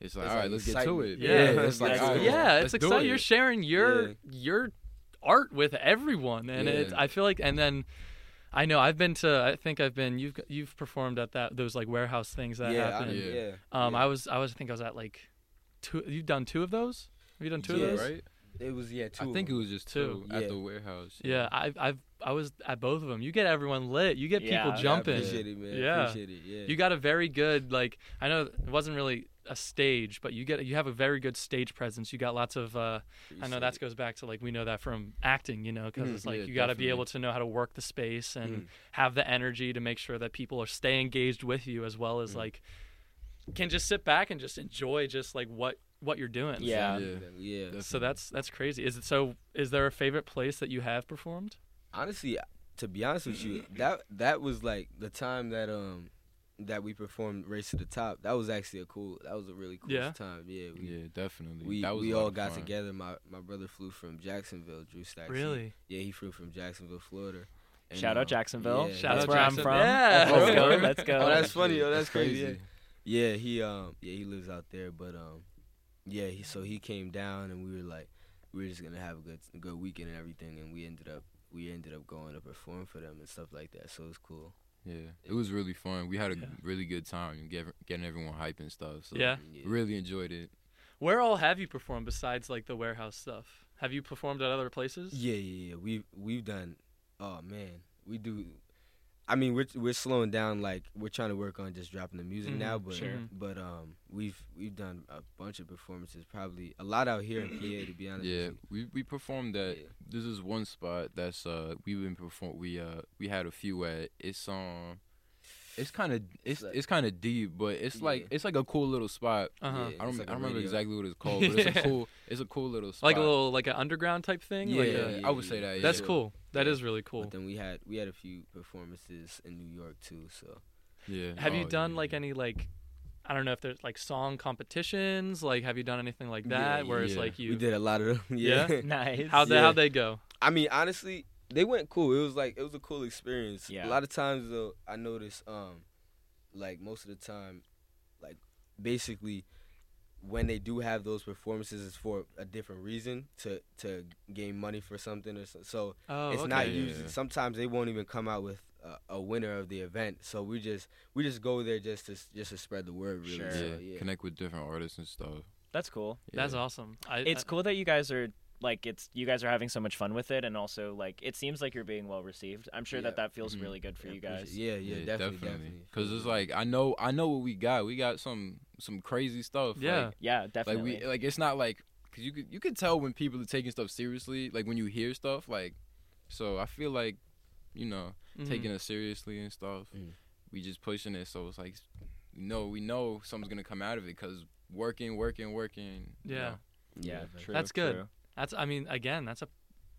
[SPEAKER 3] it's like,
[SPEAKER 4] It's
[SPEAKER 3] all right,
[SPEAKER 4] like
[SPEAKER 3] let's
[SPEAKER 4] excitement.
[SPEAKER 3] get to it.
[SPEAKER 1] Yeah.
[SPEAKER 3] it's like,
[SPEAKER 2] Exactly.
[SPEAKER 3] all right,
[SPEAKER 1] yeah,
[SPEAKER 3] let's
[SPEAKER 1] it's
[SPEAKER 3] do
[SPEAKER 1] exciting.
[SPEAKER 3] it.
[SPEAKER 1] You're sharing your
[SPEAKER 4] Yeah.
[SPEAKER 1] your art with everyone, and
[SPEAKER 3] Yeah.
[SPEAKER 1] it. I feel like, and then I know I've been to. I think I've been. You've you've performed at that those like warehouse things that
[SPEAKER 4] yeah, I,
[SPEAKER 1] happen.
[SPEAKER 3] Yeah.
[SPEAKER 4] yeah.
[SPEAKER 1] Um,
[SPEAKER 4] yeah.
[SPEAKER 1] I was I was I think I was at like two. You've done two of those. Have you done two
[SPEAKER 4] Yeah.
[SPEAKER 1] of those?
[SPEAKER 3] right?
[SPEAKER 4] It was yeah. Two
[SPEAKER 3] I think it was just
[SPEAKER 1] Two.
[SPEAKER 3] two, at
[SPEAKER 4] Yeah.
[SPEAKER 3] the warehouse.
[SPEAKER 1] Yeah, I I've I was at both of them. You get everyone lit. You get
[SPEAKER 2] Yeah. Yeah,
[SPEAKER 1] people
[SPEAKER 2] I
[SPEAKER 4] I
[SPEAKER 1] jumping.
[SPEAKER 4] appreciate it, man.
[SPEAKER 1] Yeah.
[SPEAKER 4] Appreciate it. Yeah.
[SPEAKER 1] You got a very good like I know it wasn't really a stage, but you get you have a very good stage presence. You got lots of uh, I know
[SPEAKER 4] Appreciate
[SPEAKER 1] that
[SPEAKER 4] it.
[SPEAKER 1] goes back to like we know that from acting, you know, because
[SPEAKER 4] Mhm.
[SPEAKER 1] it's like
[SPEAKER 3] Yeah,
[SPEAKER 1] you got to be
[SPEAKER 3] definitely.
[SPEAKER 1] able to know how to work the space and have the energy to make sure that people are stay engaged with you as well as like can just sit back and just enjoy just like what what you're doing.
[SPEAKER 2] Yeah.
[SPEAKER 3] Yeah.
[SPEAKER 4] Yeah.
[SPEAKER 1] So that's that's crazy. Is it so? Is there a favorite place that you have performed?
[SPEAKER 4] honestly, to be honest with you,
[SPEAKER 1] Mm-hmm.
[SPEAKER 4] that that was like the time that um that we performed Race to the Top. That was actually a cool. That was a really cool
[SPEAKER 1] Yeah.
[SPEAKER 4] time. Yeah, we
[SPEAKER 3] yeah, definitely.
[SPEAKER 4] we,
[SPEAKER 3] that was
[SPEAKER 4] we
[SPEAKER 3] a lot
[SPEAKER 4] all
[SPEAKER 3] of
[SPEAKER 4] got
[SPEAKER 3] fun.
[SPEAKER 4] together. My my brother flew from Jacksonville, Drew Stacks. he- Yeah, he flew from Jacksonville, Florida.
[SPEAKER 2] [LAUGHS]
[SPEAKER 4] And,
[SPEAKER 2] Shout out
[SPEAKER 4] um,
[SPEAKER 2] Jacksonville.
[SPEAKER 4] yeah,
[SPEAKER 1] Shout
[SPEAKER 2] that's
[SPEAKER 1] out
[SPEAKER 2] where
[SPEAKER 1] Jackson-
[SPEAKER 2] I'm from.
[SPEAKER 1] Yeah.
[SPEAKER 2] Let's go.
[SPEAKER 1] Bro.
[SPEAKER 2] Let's go.
[SPEAKER 4] Oh, that's funny.
[SPEAKER 3] Yeah,
[SPEAKER 4] Oh, that's crazy.
[SPEAKER 3] crazy.
[SPEAKER 4] Yeah, he um yeah he lives out there, but um yeah he so he came down and we were like we were just gonna have a good a good weekend and everything, and we ended up we ended up going to perform for them and stuff like that. So it was cool.
[SPEAKER 3] Yeah, it was really fun. We had a
[SPEAKER 1] Yeah.
[SPEAKER 3] really good time and get, getting everyone hype and stuff. So
[SPEAKER 1] Yeah.
[SPEAKER 4] Yeah.
[SPEAKER 3] really enjoyed it.
[SPEAKER 1] Where all have you performed besides like the warehouse stuff? Have you performed at other places?
[SPEAKER 4] Yeah, yeah, yeah. We've we've done. Oh man, we do. I mean, we're we're slowing down. Like we're trying to work on just dropping the music now,
[SPEAKER 1] Mhm,
[SPEAKER 4] but
[SPEAKER 1] sure.
[SPEAKER 4] but um, we've we've done a bunch of performances. Probably a lot out here in PA, to be honest.
[SPEAKER 3] Yeah,
[SPEAKER 4] with you.
[SPEAKER 3] we we performed at
[SPEAKER 4] Yeah.
[SPEAKER 3] This is one spot that's uh we've been perform. We uh we had a few at. It's um, it's kind of it's
[SPEAKER 4] like-
[SPEAKER 3] it's kind of deep, but it's like
[SPEAKER 4] Yeah.
[SPEAKER 3] it's like a cool little spot.
[SPEAKER 1] Uh-huh.
[SPEAKER 4] Yeah,
[SPEAKER 3] I don't
[SPEAKER 4] it's like
[SPEAKER 3] I
[SPEAKER 4] a
[SPEAKER 3] don't remember
[SPEAKER 4] radio.
[SPEAKER 3] exactly what it's
[SPEAKER 1] [LAUGHS]
[SPEAKER 3] called, but it's
[SPEAKER 1] Yeah.
[SPEAKER 3] a cool it's a cool little spot.
[SPEAKER 1] Like a little like an underground type thing.
[SPEAKER 3] yeah,
[SPEAKER 1] Like
[SPEAKER 3] yeah,
[SPEAKER 1] a-
[SPEAKER 4] a-
[SPEAKER 3] uh, I would say that.
[SPEAKER 1] That's
[SPEAKER 3] yeah.
[SPEAKER 1] cool. That
[SPEAKER 4] Yeah.
[SPEAKER 1] is really cool.
[SPEAKER 4] But then we had we had a few performances in New York too. So
[SPEAKER 3] Yeah.
[SPEAKER 1] Have you
[SPEAKER 3] Oh,
[SPEAKER 1] done
[SPEAKER 3] yeah,
[SPEAKER 1] like
[SPEAKER 3] yeah.
[SPEAKER 1] any like I don't know if there's like song competitions? Like have you done anything like
[SPEAKER 4] Yeah,
[SPEAKER 1] that where it's
[SPEAKER 3] yeah.
[SPEAKER 1] like
[SPEAKER 4] we
[SPEAKER 1] you
[SPEAKER 4] did a lot of [LAUGHS] them.
[SPEAKER 1] Yeah?
[SPEAKER 4] Yeah.
[SPEAKER 2] [LAUGHS] Nice.
[SPEAKER 1] how they
[SPEAKER 4] Yeah.
[SPEAKER 1] how they go?
[SPEAKER 4] I mean, honestly, they went cool. It was like it was a cool experience.
[SPEAKER 2] Yeah.
[SPEAKER 4] A lot of times though, I notice um, like most of the time, like basically when they do have those performances it's for a different reason to to gain money for something or so, so
[SPEAKER 1] Oh,
[SPEAKER 4] it's
[SPEAKER 1] okay.
[SPEAKER 4] not
[SPEAKER 3] Yeah,
[SPEAKER 4] usually
[SPEAKER 3] yeah.
[SPEAKER 4] sometimes they won't even come out with a, a winner of the event so we just we just go there just to just to spread the word really
[SPEAKER 2] Sure.
[SPEAKER 3] Yeah,
[SPEAKER 4] so, yeah.
[SPEAKER 3] connect with different artists and stuff.
[SPEAKER 2] That's cool.
[SPEAKER 3] Yeah.
[SPEAKER 1] That's awesome. I,
[SPEAKER 2] It's cool that you guys are like it's you guys are having so much fun with it, and also like it seems like you're being well received. I'm sure that
[SPEAKER 4] Yeah.
[SPEAKER 2] that feels
[SPEAKER 3] Mhm.
[SPEAKER 2] really good for
[SPEAKER 4] Yeah,
[SPEAKER 2] you
[SPEAKER 4] appreciate-
[SPEAKER 2] guys.
[SPEAKER 4] yeah yeah, definitely definitely
[SPEAKER 3] Because it's like I know I know what we got. We got some some crazy stuff.
[SPEAKER 1] Yeah.
[SPEAKER 3] like,
[SPEAKER 2] Yeah,
[SPEAKER 3] like
[SPEAKER 2] definitely.
[SPEAKER 3] we like it's not like because you could you could tell when people are taking stuff seriously. Like when you hear stuff like, so I feel like you know
[SPEAKER 1] Mhm.
[SPEAKER 3] taking it seriously and stuff.
[SPEAKER 4] Mhm.
[SPEAKER 3] We just pushing it, so it's like we know we know something's gonna come out of it because working, working, working. you
[SPEAKER 1] Yeah.
[SPEAKER 3] know.
[SPEAKER 2] yeah,
[SPEAKER 4] definitely.
[SPEAKER 2] true,
[SPEAKER 1] That's good.
[SPEAKER 2] true.
[SPEAKER 1] That's I mean again, that's a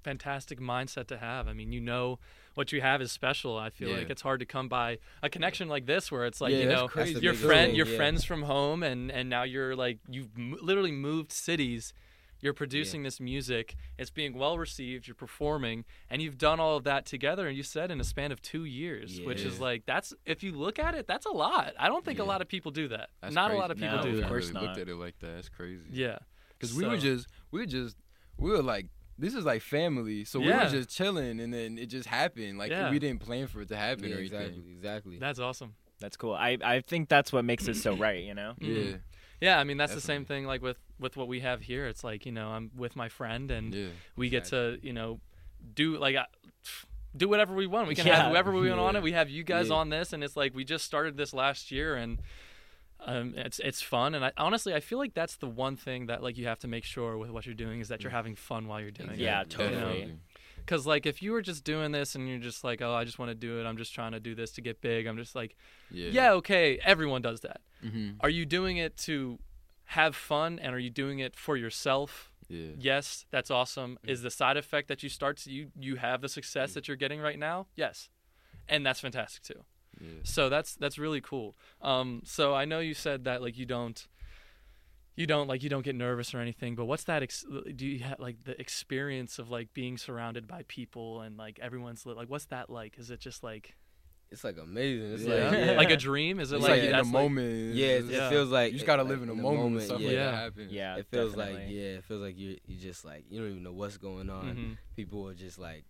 [SPEAKER 1] fantastic mindset to have. I mean, you know what you have is special. I feel
[SPEAKER 3] Yeah.
[SPEAKER 1] like it's hard to come by a connection like this where it's like,
[SPEAKER 3] Yeah,
[SPEAKER 1] you
[SPEAKER 3] that's
[SPEAKER 1] know,
[SPEAKER 3] crazy.
[SPEAKER 4] That's the
[SPEAKER 1] your
[SPEAKER 4] biggest
[SPEAKER 1] friend,
[SPEAKER 4] thing,
[SPEAKER 1] your
[SPEAKER 4] yeah.
[SPEAKER 1] friends from home and and now you're like you've m- literally moved cities. You're producing this music. It's being well received. You're performing, and you've done all of that together. And you said in a span of two years, which is
[SPEAKER 3] Yeah.
[SPEAKER 1] like that's if you look at it, that's a lot. I don't think a
[SPEAKER 3] Yeah.
[SPEAKER 1] lot of people do that.
[SPEAKER 3] That's
[SPEAKER 1] Not
[SPEAKER 3] crazy.
[SPEAKER 1] a lot of people
[SPEAKER 2] No,
[SPEAKER 1] do
[SPEAKER 2] of
[SPEAKER 1] that.
[SPEAKER 2] course
[SPEAKER 3] really
[SPEAKER 2] not.
[SPEAKER 3] Looked at it like that. That's crazy.
[SPEAKER 1] Yeah,
[SPEAKER 3] Because we were
[SPEAKER 1] So-
[SPEAKER 3] just, we were just, we were like, this is like family. So we
[SPEAKER 1] Yeah.
[SPEAKER 3] were just chilling, and then it just happened. Like
[SPEAKER 1] Yeah.
[SPEAKER 3] we didn't plan for it to happen
[SPEAKER 4] Yeah,
[SPEAKER 3] or anything.
[SPEAKER 4] exactly exactly
[SPEAKER 1] that's awesome.
[SPEAKER 2] That's cool. I I think that's what makes it so right. You know.
[SPEAKER 1] Mhm. Yeah, I mean that's the same thing like with with what we have here. Mm-hmm. It's like you know I'm with my friend
[SPEAKER 3] Yeah,
[SPEAKER 1] and
[SPEAKER 3] yeah,
[SPEAKER 1] we get to you know do like I, do whatever we want. We can
[SPEAKER 2] Yeah.
[SPEAKER 1] have whoever we want on it. We have you guys
[SPEAKER 4] Yeah.
[SPEAKER 1] on this, and it's like we just started this last year, and um, it's it's fun. And I honestly, I feel like that's the one thing that like you have to make sure with what you're doing is that you're having fun while you're doing it.
[SPEAKER 2] Yeah, totally.
[SPEAKER 3] Definitely.
[SPEAKER 1] Because like if you were just doing this and you're just like, oh, I just want to do it. I'm just trying to do this to get big. I'm just like,
[SPEAKER 3] Yeah.
[SPEAKER 1] yeah, okay, everyone does that.
[SPEAKER 3] hmm
[SPEAKER 1] Are you doing it to have fun, and are you doing it for yourself?
[SPEAKER 3] Yeah.
[SPEAKER 1] Yes, that's awesome. Is the side effect that you start to you you have the success that you're getting right now? Yes, and that's fantastic too.
[SPEAKER 3] Yeah.
[SPEAKER 1] So that's that's really cool. Um, so I know you said that like you don't you don't like you don't get nervous or anything, but what's that? Ex- do you have like the experience of like being surrounded by people and like everyone's li- like what's that like? Is it just like
[SPEAKER 4] It's like amazing. It's
[SPEAKER 3] Yeah.
[SPEAKER 4] like yeah.
[SPEAKER 1] like a dream? Is it
[SPEAKER 3] It's
[SPEAKER 1] like,
[SPEAKER 3] like, in the
[SPEAKER 1] that's, like-
[SPEAKER 3] moment.
[SPEAKER 4] Yeah, it, it
[SPEAKER 1] Yeah.
[SPEAKER 4] feels like
[SPEAKER 3] You just gotta
[SPEAKER 4] like,
[SPEAKER 3] live in the moment. stuff
[SPEAKER 4] yeah,
[SPEAKER 3] like that
[SPEAKER 1] Yeah.
[SPEAKER 3] happens.
[SPEAKER 2] Yeah,
[SPEAKER 4] it feels like
[SPEAKER 2] definitely.
[SPEAKER 4] yeah, it feels like you you just like you don't even know what's going on.
[SPEAKER 1] Mhm.
[SPEAKER 4] People are just like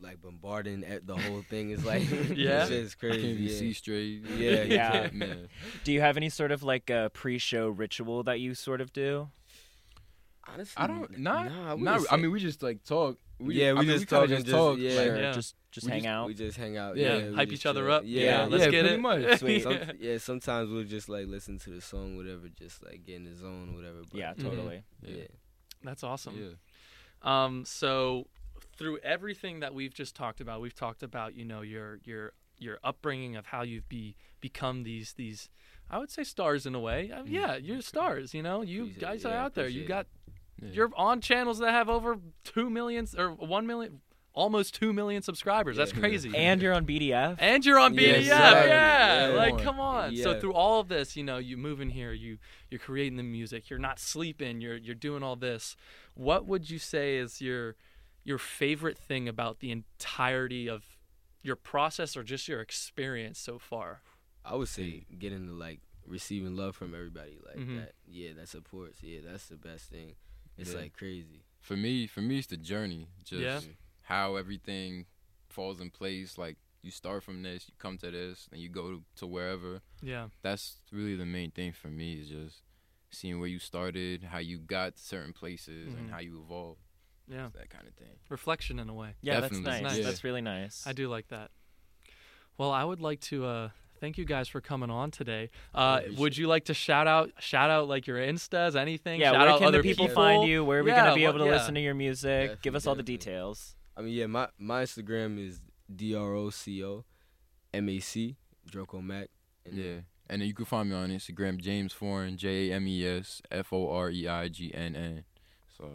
[SPEAKER 4] like bombarding at the whole thing. It's like [LAUGHS]
[SPEAKER 1] [LAUGHS] Yeah.
[SPEAKER 4] it's just
[SPEAKER 3] I can't
[SPEAKER 4] crazy.
[SPEAKER 3] even
[SPEAKER 4] yeah.
[SPEAKER 3] see straight. [LAUGHS]
[SPEAKER 4] Yeah,
[SPEAKER 2] yeah.
[SPEAKER 3] man.
[SPEAKER 2] Do you have any sort of like a pre-show ritual that you sort of do?
[SPEAKER 4] Honestly,
[SPEAKER 3] I don't. Not.
[SPEAKER 4] nah,
[SPEAKER 3] I,
[SPEAKER 4] I
[SPEAKER 3] not
[SPEAKER 4] wouldn't
[SPEAKER 3] I
[SPEAKER 4] say-
[SPEAKER 3] mean, we just like talk. We,
[SPEAKER 4] Yeah,
[SPEAKER 3] I
[SPEAKER 4] we
[SPEAKER 3] mean,
[SPEAKER 4] just
[SPEAKER 3] kinda
[SPEAKER 4] talk and
[SPEAKER 3] just
[SPEAKER 4] just-
[SPEAKER 3] talk.
[SPEAKER 4] yeah.
[SPEAKER 3] like,
[SPEAKER 4] Sure.
[SPEAKER 1] Yeah.
[SPEAKER 2] Just just
[SPEAKER 3] We
[SPEAKER 2] hang
[SPEAKER 3] just-
[SPEAKER 2] out.
[SPEAKER 4] we just hang out.
[SPEAKER 1] Yeah,
[SPEAKER 4] Yeah, we
[SPEAKER 1] hype
[SPEAKER 4] just
[SPEAKER 1] each other
[SPEAKER 4] chill.
[SPEAKER 1] up. Yeah,
[SPEAKER 4] Yeah,
[SPEAKER 1] let's
[SPEAKER 3] yeah,
[SPEAKER 1] get
[SPEAKER 3] pretty
[SPEAKER 1] it. [LAUGHS]
[SPEAKER 3] much.
[SPEAKER 4] Sweet. Some,
[SPEAKER 1] Yeah.
[SPEAKER 4] yeah, sometimes we'll just like listen to the song, whatever, just like get in the zone, or whatever. But,
[SPEAKER 2] yeah, totally.
[SPEAKER 4] yeah,
[SPEAKER 1] That's awesome.
[SPEAKER 3] Yeah.
[SPEAKER 1] Um, so through everything that we've just talked about, we've talked about you know your your your upbringing of how you've be become these these I would say stars in a way. I mean, yeah, you're stars. You know, you
[SPEAKER 4] Mm, Appreciate it.
[SPEAKER 1] guys are
[SPEAKER 4] Yeah,
[SPEAKER 1] out there. You
[SPEAKER 4] appreciate it.
[SPEAKER 1] got
[SPEAKER 3] Yeah.
[SPEAKER 1] you're on channels that have over two million or one million, almost two million subscribers. That's
[SPEAKER 4] Yeah.
[SPEAKER 1] crazy.
[SPEAKER 2] And you're on BDF.
[SPEAKER 1] And you're on
[SPEAKER 4] Yeah,
[SPEAKER 1] BDF, yeah.
[SPEAKER 4] exactly. Yeah.
[SPEAKER 1] Like, come on. So
[SPEAKER 4] Yeah.
[SPEAKER 1] through all of this, you know, you move in here, you you're creating the music, you're not sleeping, you're you're doing all this. What would you say is your your favorite thing about the entirety of your process or just your experience so far?
[SPEAKER 4] I would say getting to like receiving love from everybody like
[SPEAKER 3] Mm-hmm.
[SPEAKER 1] Mhm.
[SPEAKER 4] that. Yeah, that supports. Yeah, that's the best thing. It's
[SPEAKER 3] Yeah.
[SPEAKER 4] like crazy.
[SPEAKER 3] For me, for me, it's the journey. Just
[SPEAKER 1] Yeah.
[SPEAKER 3] how everything falls in place. Like you start from this, you come to this, and you go to, to wherever.
[SPEAKER 1] Yeah.
[SPEAKER 3] That's really the main thing for me is just seeing where you started, how you got to certain places,
[SPEAKER 1] Mhm.
[SPEAKER 3] and how you evolved.
[SPEAKER 1] Yeah.
[SPEAKER 3] That kind of thing.
[SPEAKER 1] Reflection in a way.
[SPEAKER 2] yeah,
[SPEAKER 3] Definitely.
[SPEAKER 2] that's nice.
[SPEAKER 1] Nice.
[SPEAKER 2] That's really nice.
[SPEAKER 1] I do like that. Well, I would like to uh thank you guys for coming on today. Uh would you like to shout out shout out like your instas, anything?
[SPEAKER 2] Yeah,
[SPEAKER 1] shout
[SPEAKER 2] where
[SPEAKER 1] out
[SPEAKER 2] can the
[SPEAKER 1] other
[SPEAKER 2] people, find you? Where are we gonna
[SPEAKER 1] Yeah,
[SPEAKER 2] be
[SPEAKER 1] what-
[SPEAKER 2] able to
[SPEAKER 1] yeah.
[SPEAKER 2] listen to your music?
[SPEAKER 4] Definitely,
[SPEAKER 2] Give us all the
[SPEAKER 4] definitely.
[SPEAKER 2] details.
[SPEAKER 4] I mean, yeah, my my Instagram is d r o c o m a c Droco Mac. And uh,
[SPEAKER 3] Yeah. And then you can find me on Instagram, James Foreign, J A M E S F O R E I G N N. So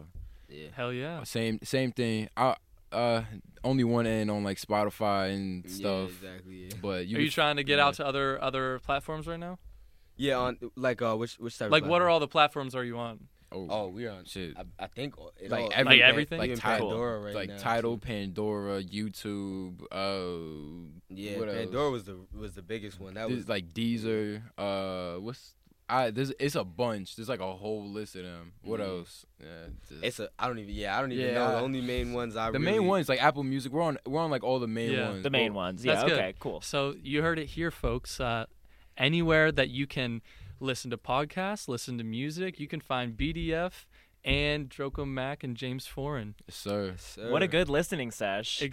[SPEAKER 4] yeah.
[SPEAKER 1] Hell yeah.
[SPEAKER 3] same same thing. I uh only one end on like Spotify and
[SPEAKER 4] Yeah,
[SPEAKER 3] stuff.
[SPEAKER 4] exactly. Yeah.
[SPEAKER 3] But you,
[SPEAKER 1] Are you trying to get
[SPEAKER 3] yeah.
[SPEAKER 1] out to other other platforms right now?
[SPEAKER 4] Yeah, on like uh, which which type? of
[SPEAKER 1] Like, what
[SPEAKER 4] platform?
[SPEAKER 1] are all the platforms are you on?
[SPEAKER 3] oh,
[SPEAKER 4] Oh, we're on.
[SPEAKER 3] shit.
[SPEAKER 4] I, I think all- it
[SPEAKER 3] Like
[SPEAKER 4] all-
[SPEAKER 3] every- Like
[SPEAKER 1] everything?
[SPEAKER 4] Like
[SPEAKER 3] Like Tidal.
[SPEAKER 4] Pandora right
[SPEAKER 3] like
[SPEAKER 4] now,
[SPEAKER 3] Tidal,
[SPEAKER 4] too.
[SPEAKER 3] Pandora, YouTube, uh
[SPEAKER 4] Yeah,
[SPEAKER 3] what
[SPEAKER 4] Pandora
[SPEAKER 3] else?
[SPEAKER 4] was the was the biggest one. That
[SPEAKER 3] There's,
[SPEAKER 4] was
[SPEAKER 3] like Deezer, uh what's I there's it's a bunch. There's like a whole list of them. What
[SPEAKER 4] Mhm.
[SPEAKER 3] else? Yeah. just-
[SPEAKER 4] It's a I don't even yeah I don't even
[SPEAKER 3] Yeah,
[SPEAKER 4] know the
[SPEAKER 3] I-
[SPEAKER 4] only main ones I
[SPEAKER 3] the
[SPEAKER 4] really,
[SPEAKER 3] main ones like Apple Music. We're on we're on like all the main
[SPEAKER 1] Yeah.
[SPEAKER 3] ones.
[SPEAKER 2] The main
[SPEAKER 3] Well,
[SPEAKER 2] ones. Yeah.
[SPEAKER 1] That's good.
[SPEAKER 2] Okay. Cool.
[SPEAKER 1] So you heard it here, folks. Uh, anywhere that you can listen to podcasts, listen to music, you can find BDF and Droco Mac and James Foreign.
[SPEAKER 3] Yes, sir.
[SPEAKER 2] What a
[SPEAKER 4] Sir.
[SPEAKER 2] good listening sesh.
[SPEAKER 1] Exactly,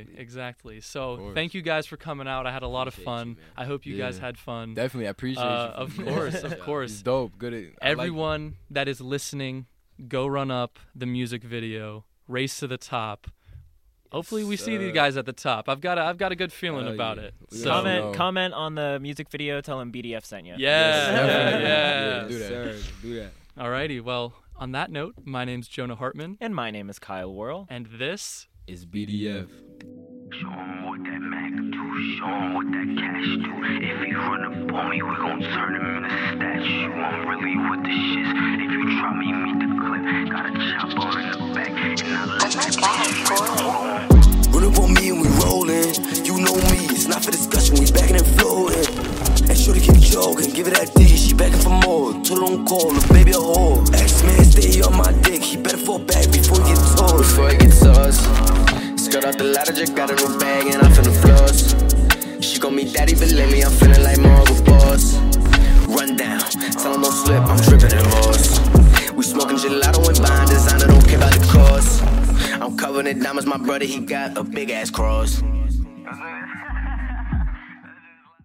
[SPEAKER 1] exactly.
[SPEAKER 4] Exactly.
[SPEAKER 1] So
[SPEAKER 3] course.
[SPEAKER 1] thank you guys for coming out. I had a lot of
[SPEAKER 4] Appreciate you,
[SPEAKER 1] fun.
[SPEAKER 4] man.
[SPEAKER 1] I hope you guys
[SPEAKER 3] Yeah.
[SPEAKER 1] had fun.
[SPEAKER 3] Definitely, I appreciate
[SPEAKER 1] Uh,
[SPEAKER 3] you.
[SPEAKER 1] of
[SPEAKER 3] [LAUGHS] for-
[SPEAKER 1] course, of
[SPEAKER 4] Yeah.
[SPEAKER 1] course.
[SPEAKER 3] It's dope. Good. at- I like it.
[SPEAKER 1] Everyone that is listening, go run up the music video, race to the top. Hopefully we see these
[SPEAKER 4] sir.
[SPEAKER 1] guys at the top. I've got a, I've got a good feeling
[SPEAKER 4] Hell
[SPEAKER 1] about
[SPEAKER 4] yeah.
[SPEAKER 1] it.
[SPEAKER 4] We
[SPEAKER 1] So-
[SPEAKER 4] gotta
[SPEAKER 2] comment
[SPEAKER 3] No.
[SPEAKER 2] comment on the music video. Tell him BDF sent you.
[SPEAKER 1] Yeah, yeah,
[SPEAKER 3] definitely.
[SPEAKER 1] yeah.
[SPEAKER 3] do that.
[SPEAKER 4] Sir, do that.
[SPEAKER 1] Alrighty, well, on that note, my name's Jonah Hartman,
[SPEAKER 2] And my name is Kyle Worrell.
[SPEAKER 1] and this
[SPEAKER 4] It's BDF.
[SPEAKER 5] Show 'em what that Mac do, show 'em what that cash do. If you run up on me, we gon' turn him into statue. I'm really with the shits. If you try me, meet the clip. Got a chopper in the back, and I let that bitch rip. [LAUGHS] Hold on.
[SPEAKER 6] Run up on me and we rollin'. You know me, it's not for discussion, we backin' and flowin'. And shorty keep joking, give it that D, she backin' for more. Told her don't call her, baby a whore. X man stay on my dick, he better fall back before he get told.
[SPEAKER 7] before it gets tossed. Skirt off the ladder, just got a new bag and I'm finna floss. She gon' meet daddy, believe me, I'm feeling like Marvel Boss. Run down, tell him don't slip, I'm drippin' in Ross. We smoking gelato and buying designer, don't care about the cost. I'm covered on it, diamonds, my brother, he got a big ass cross.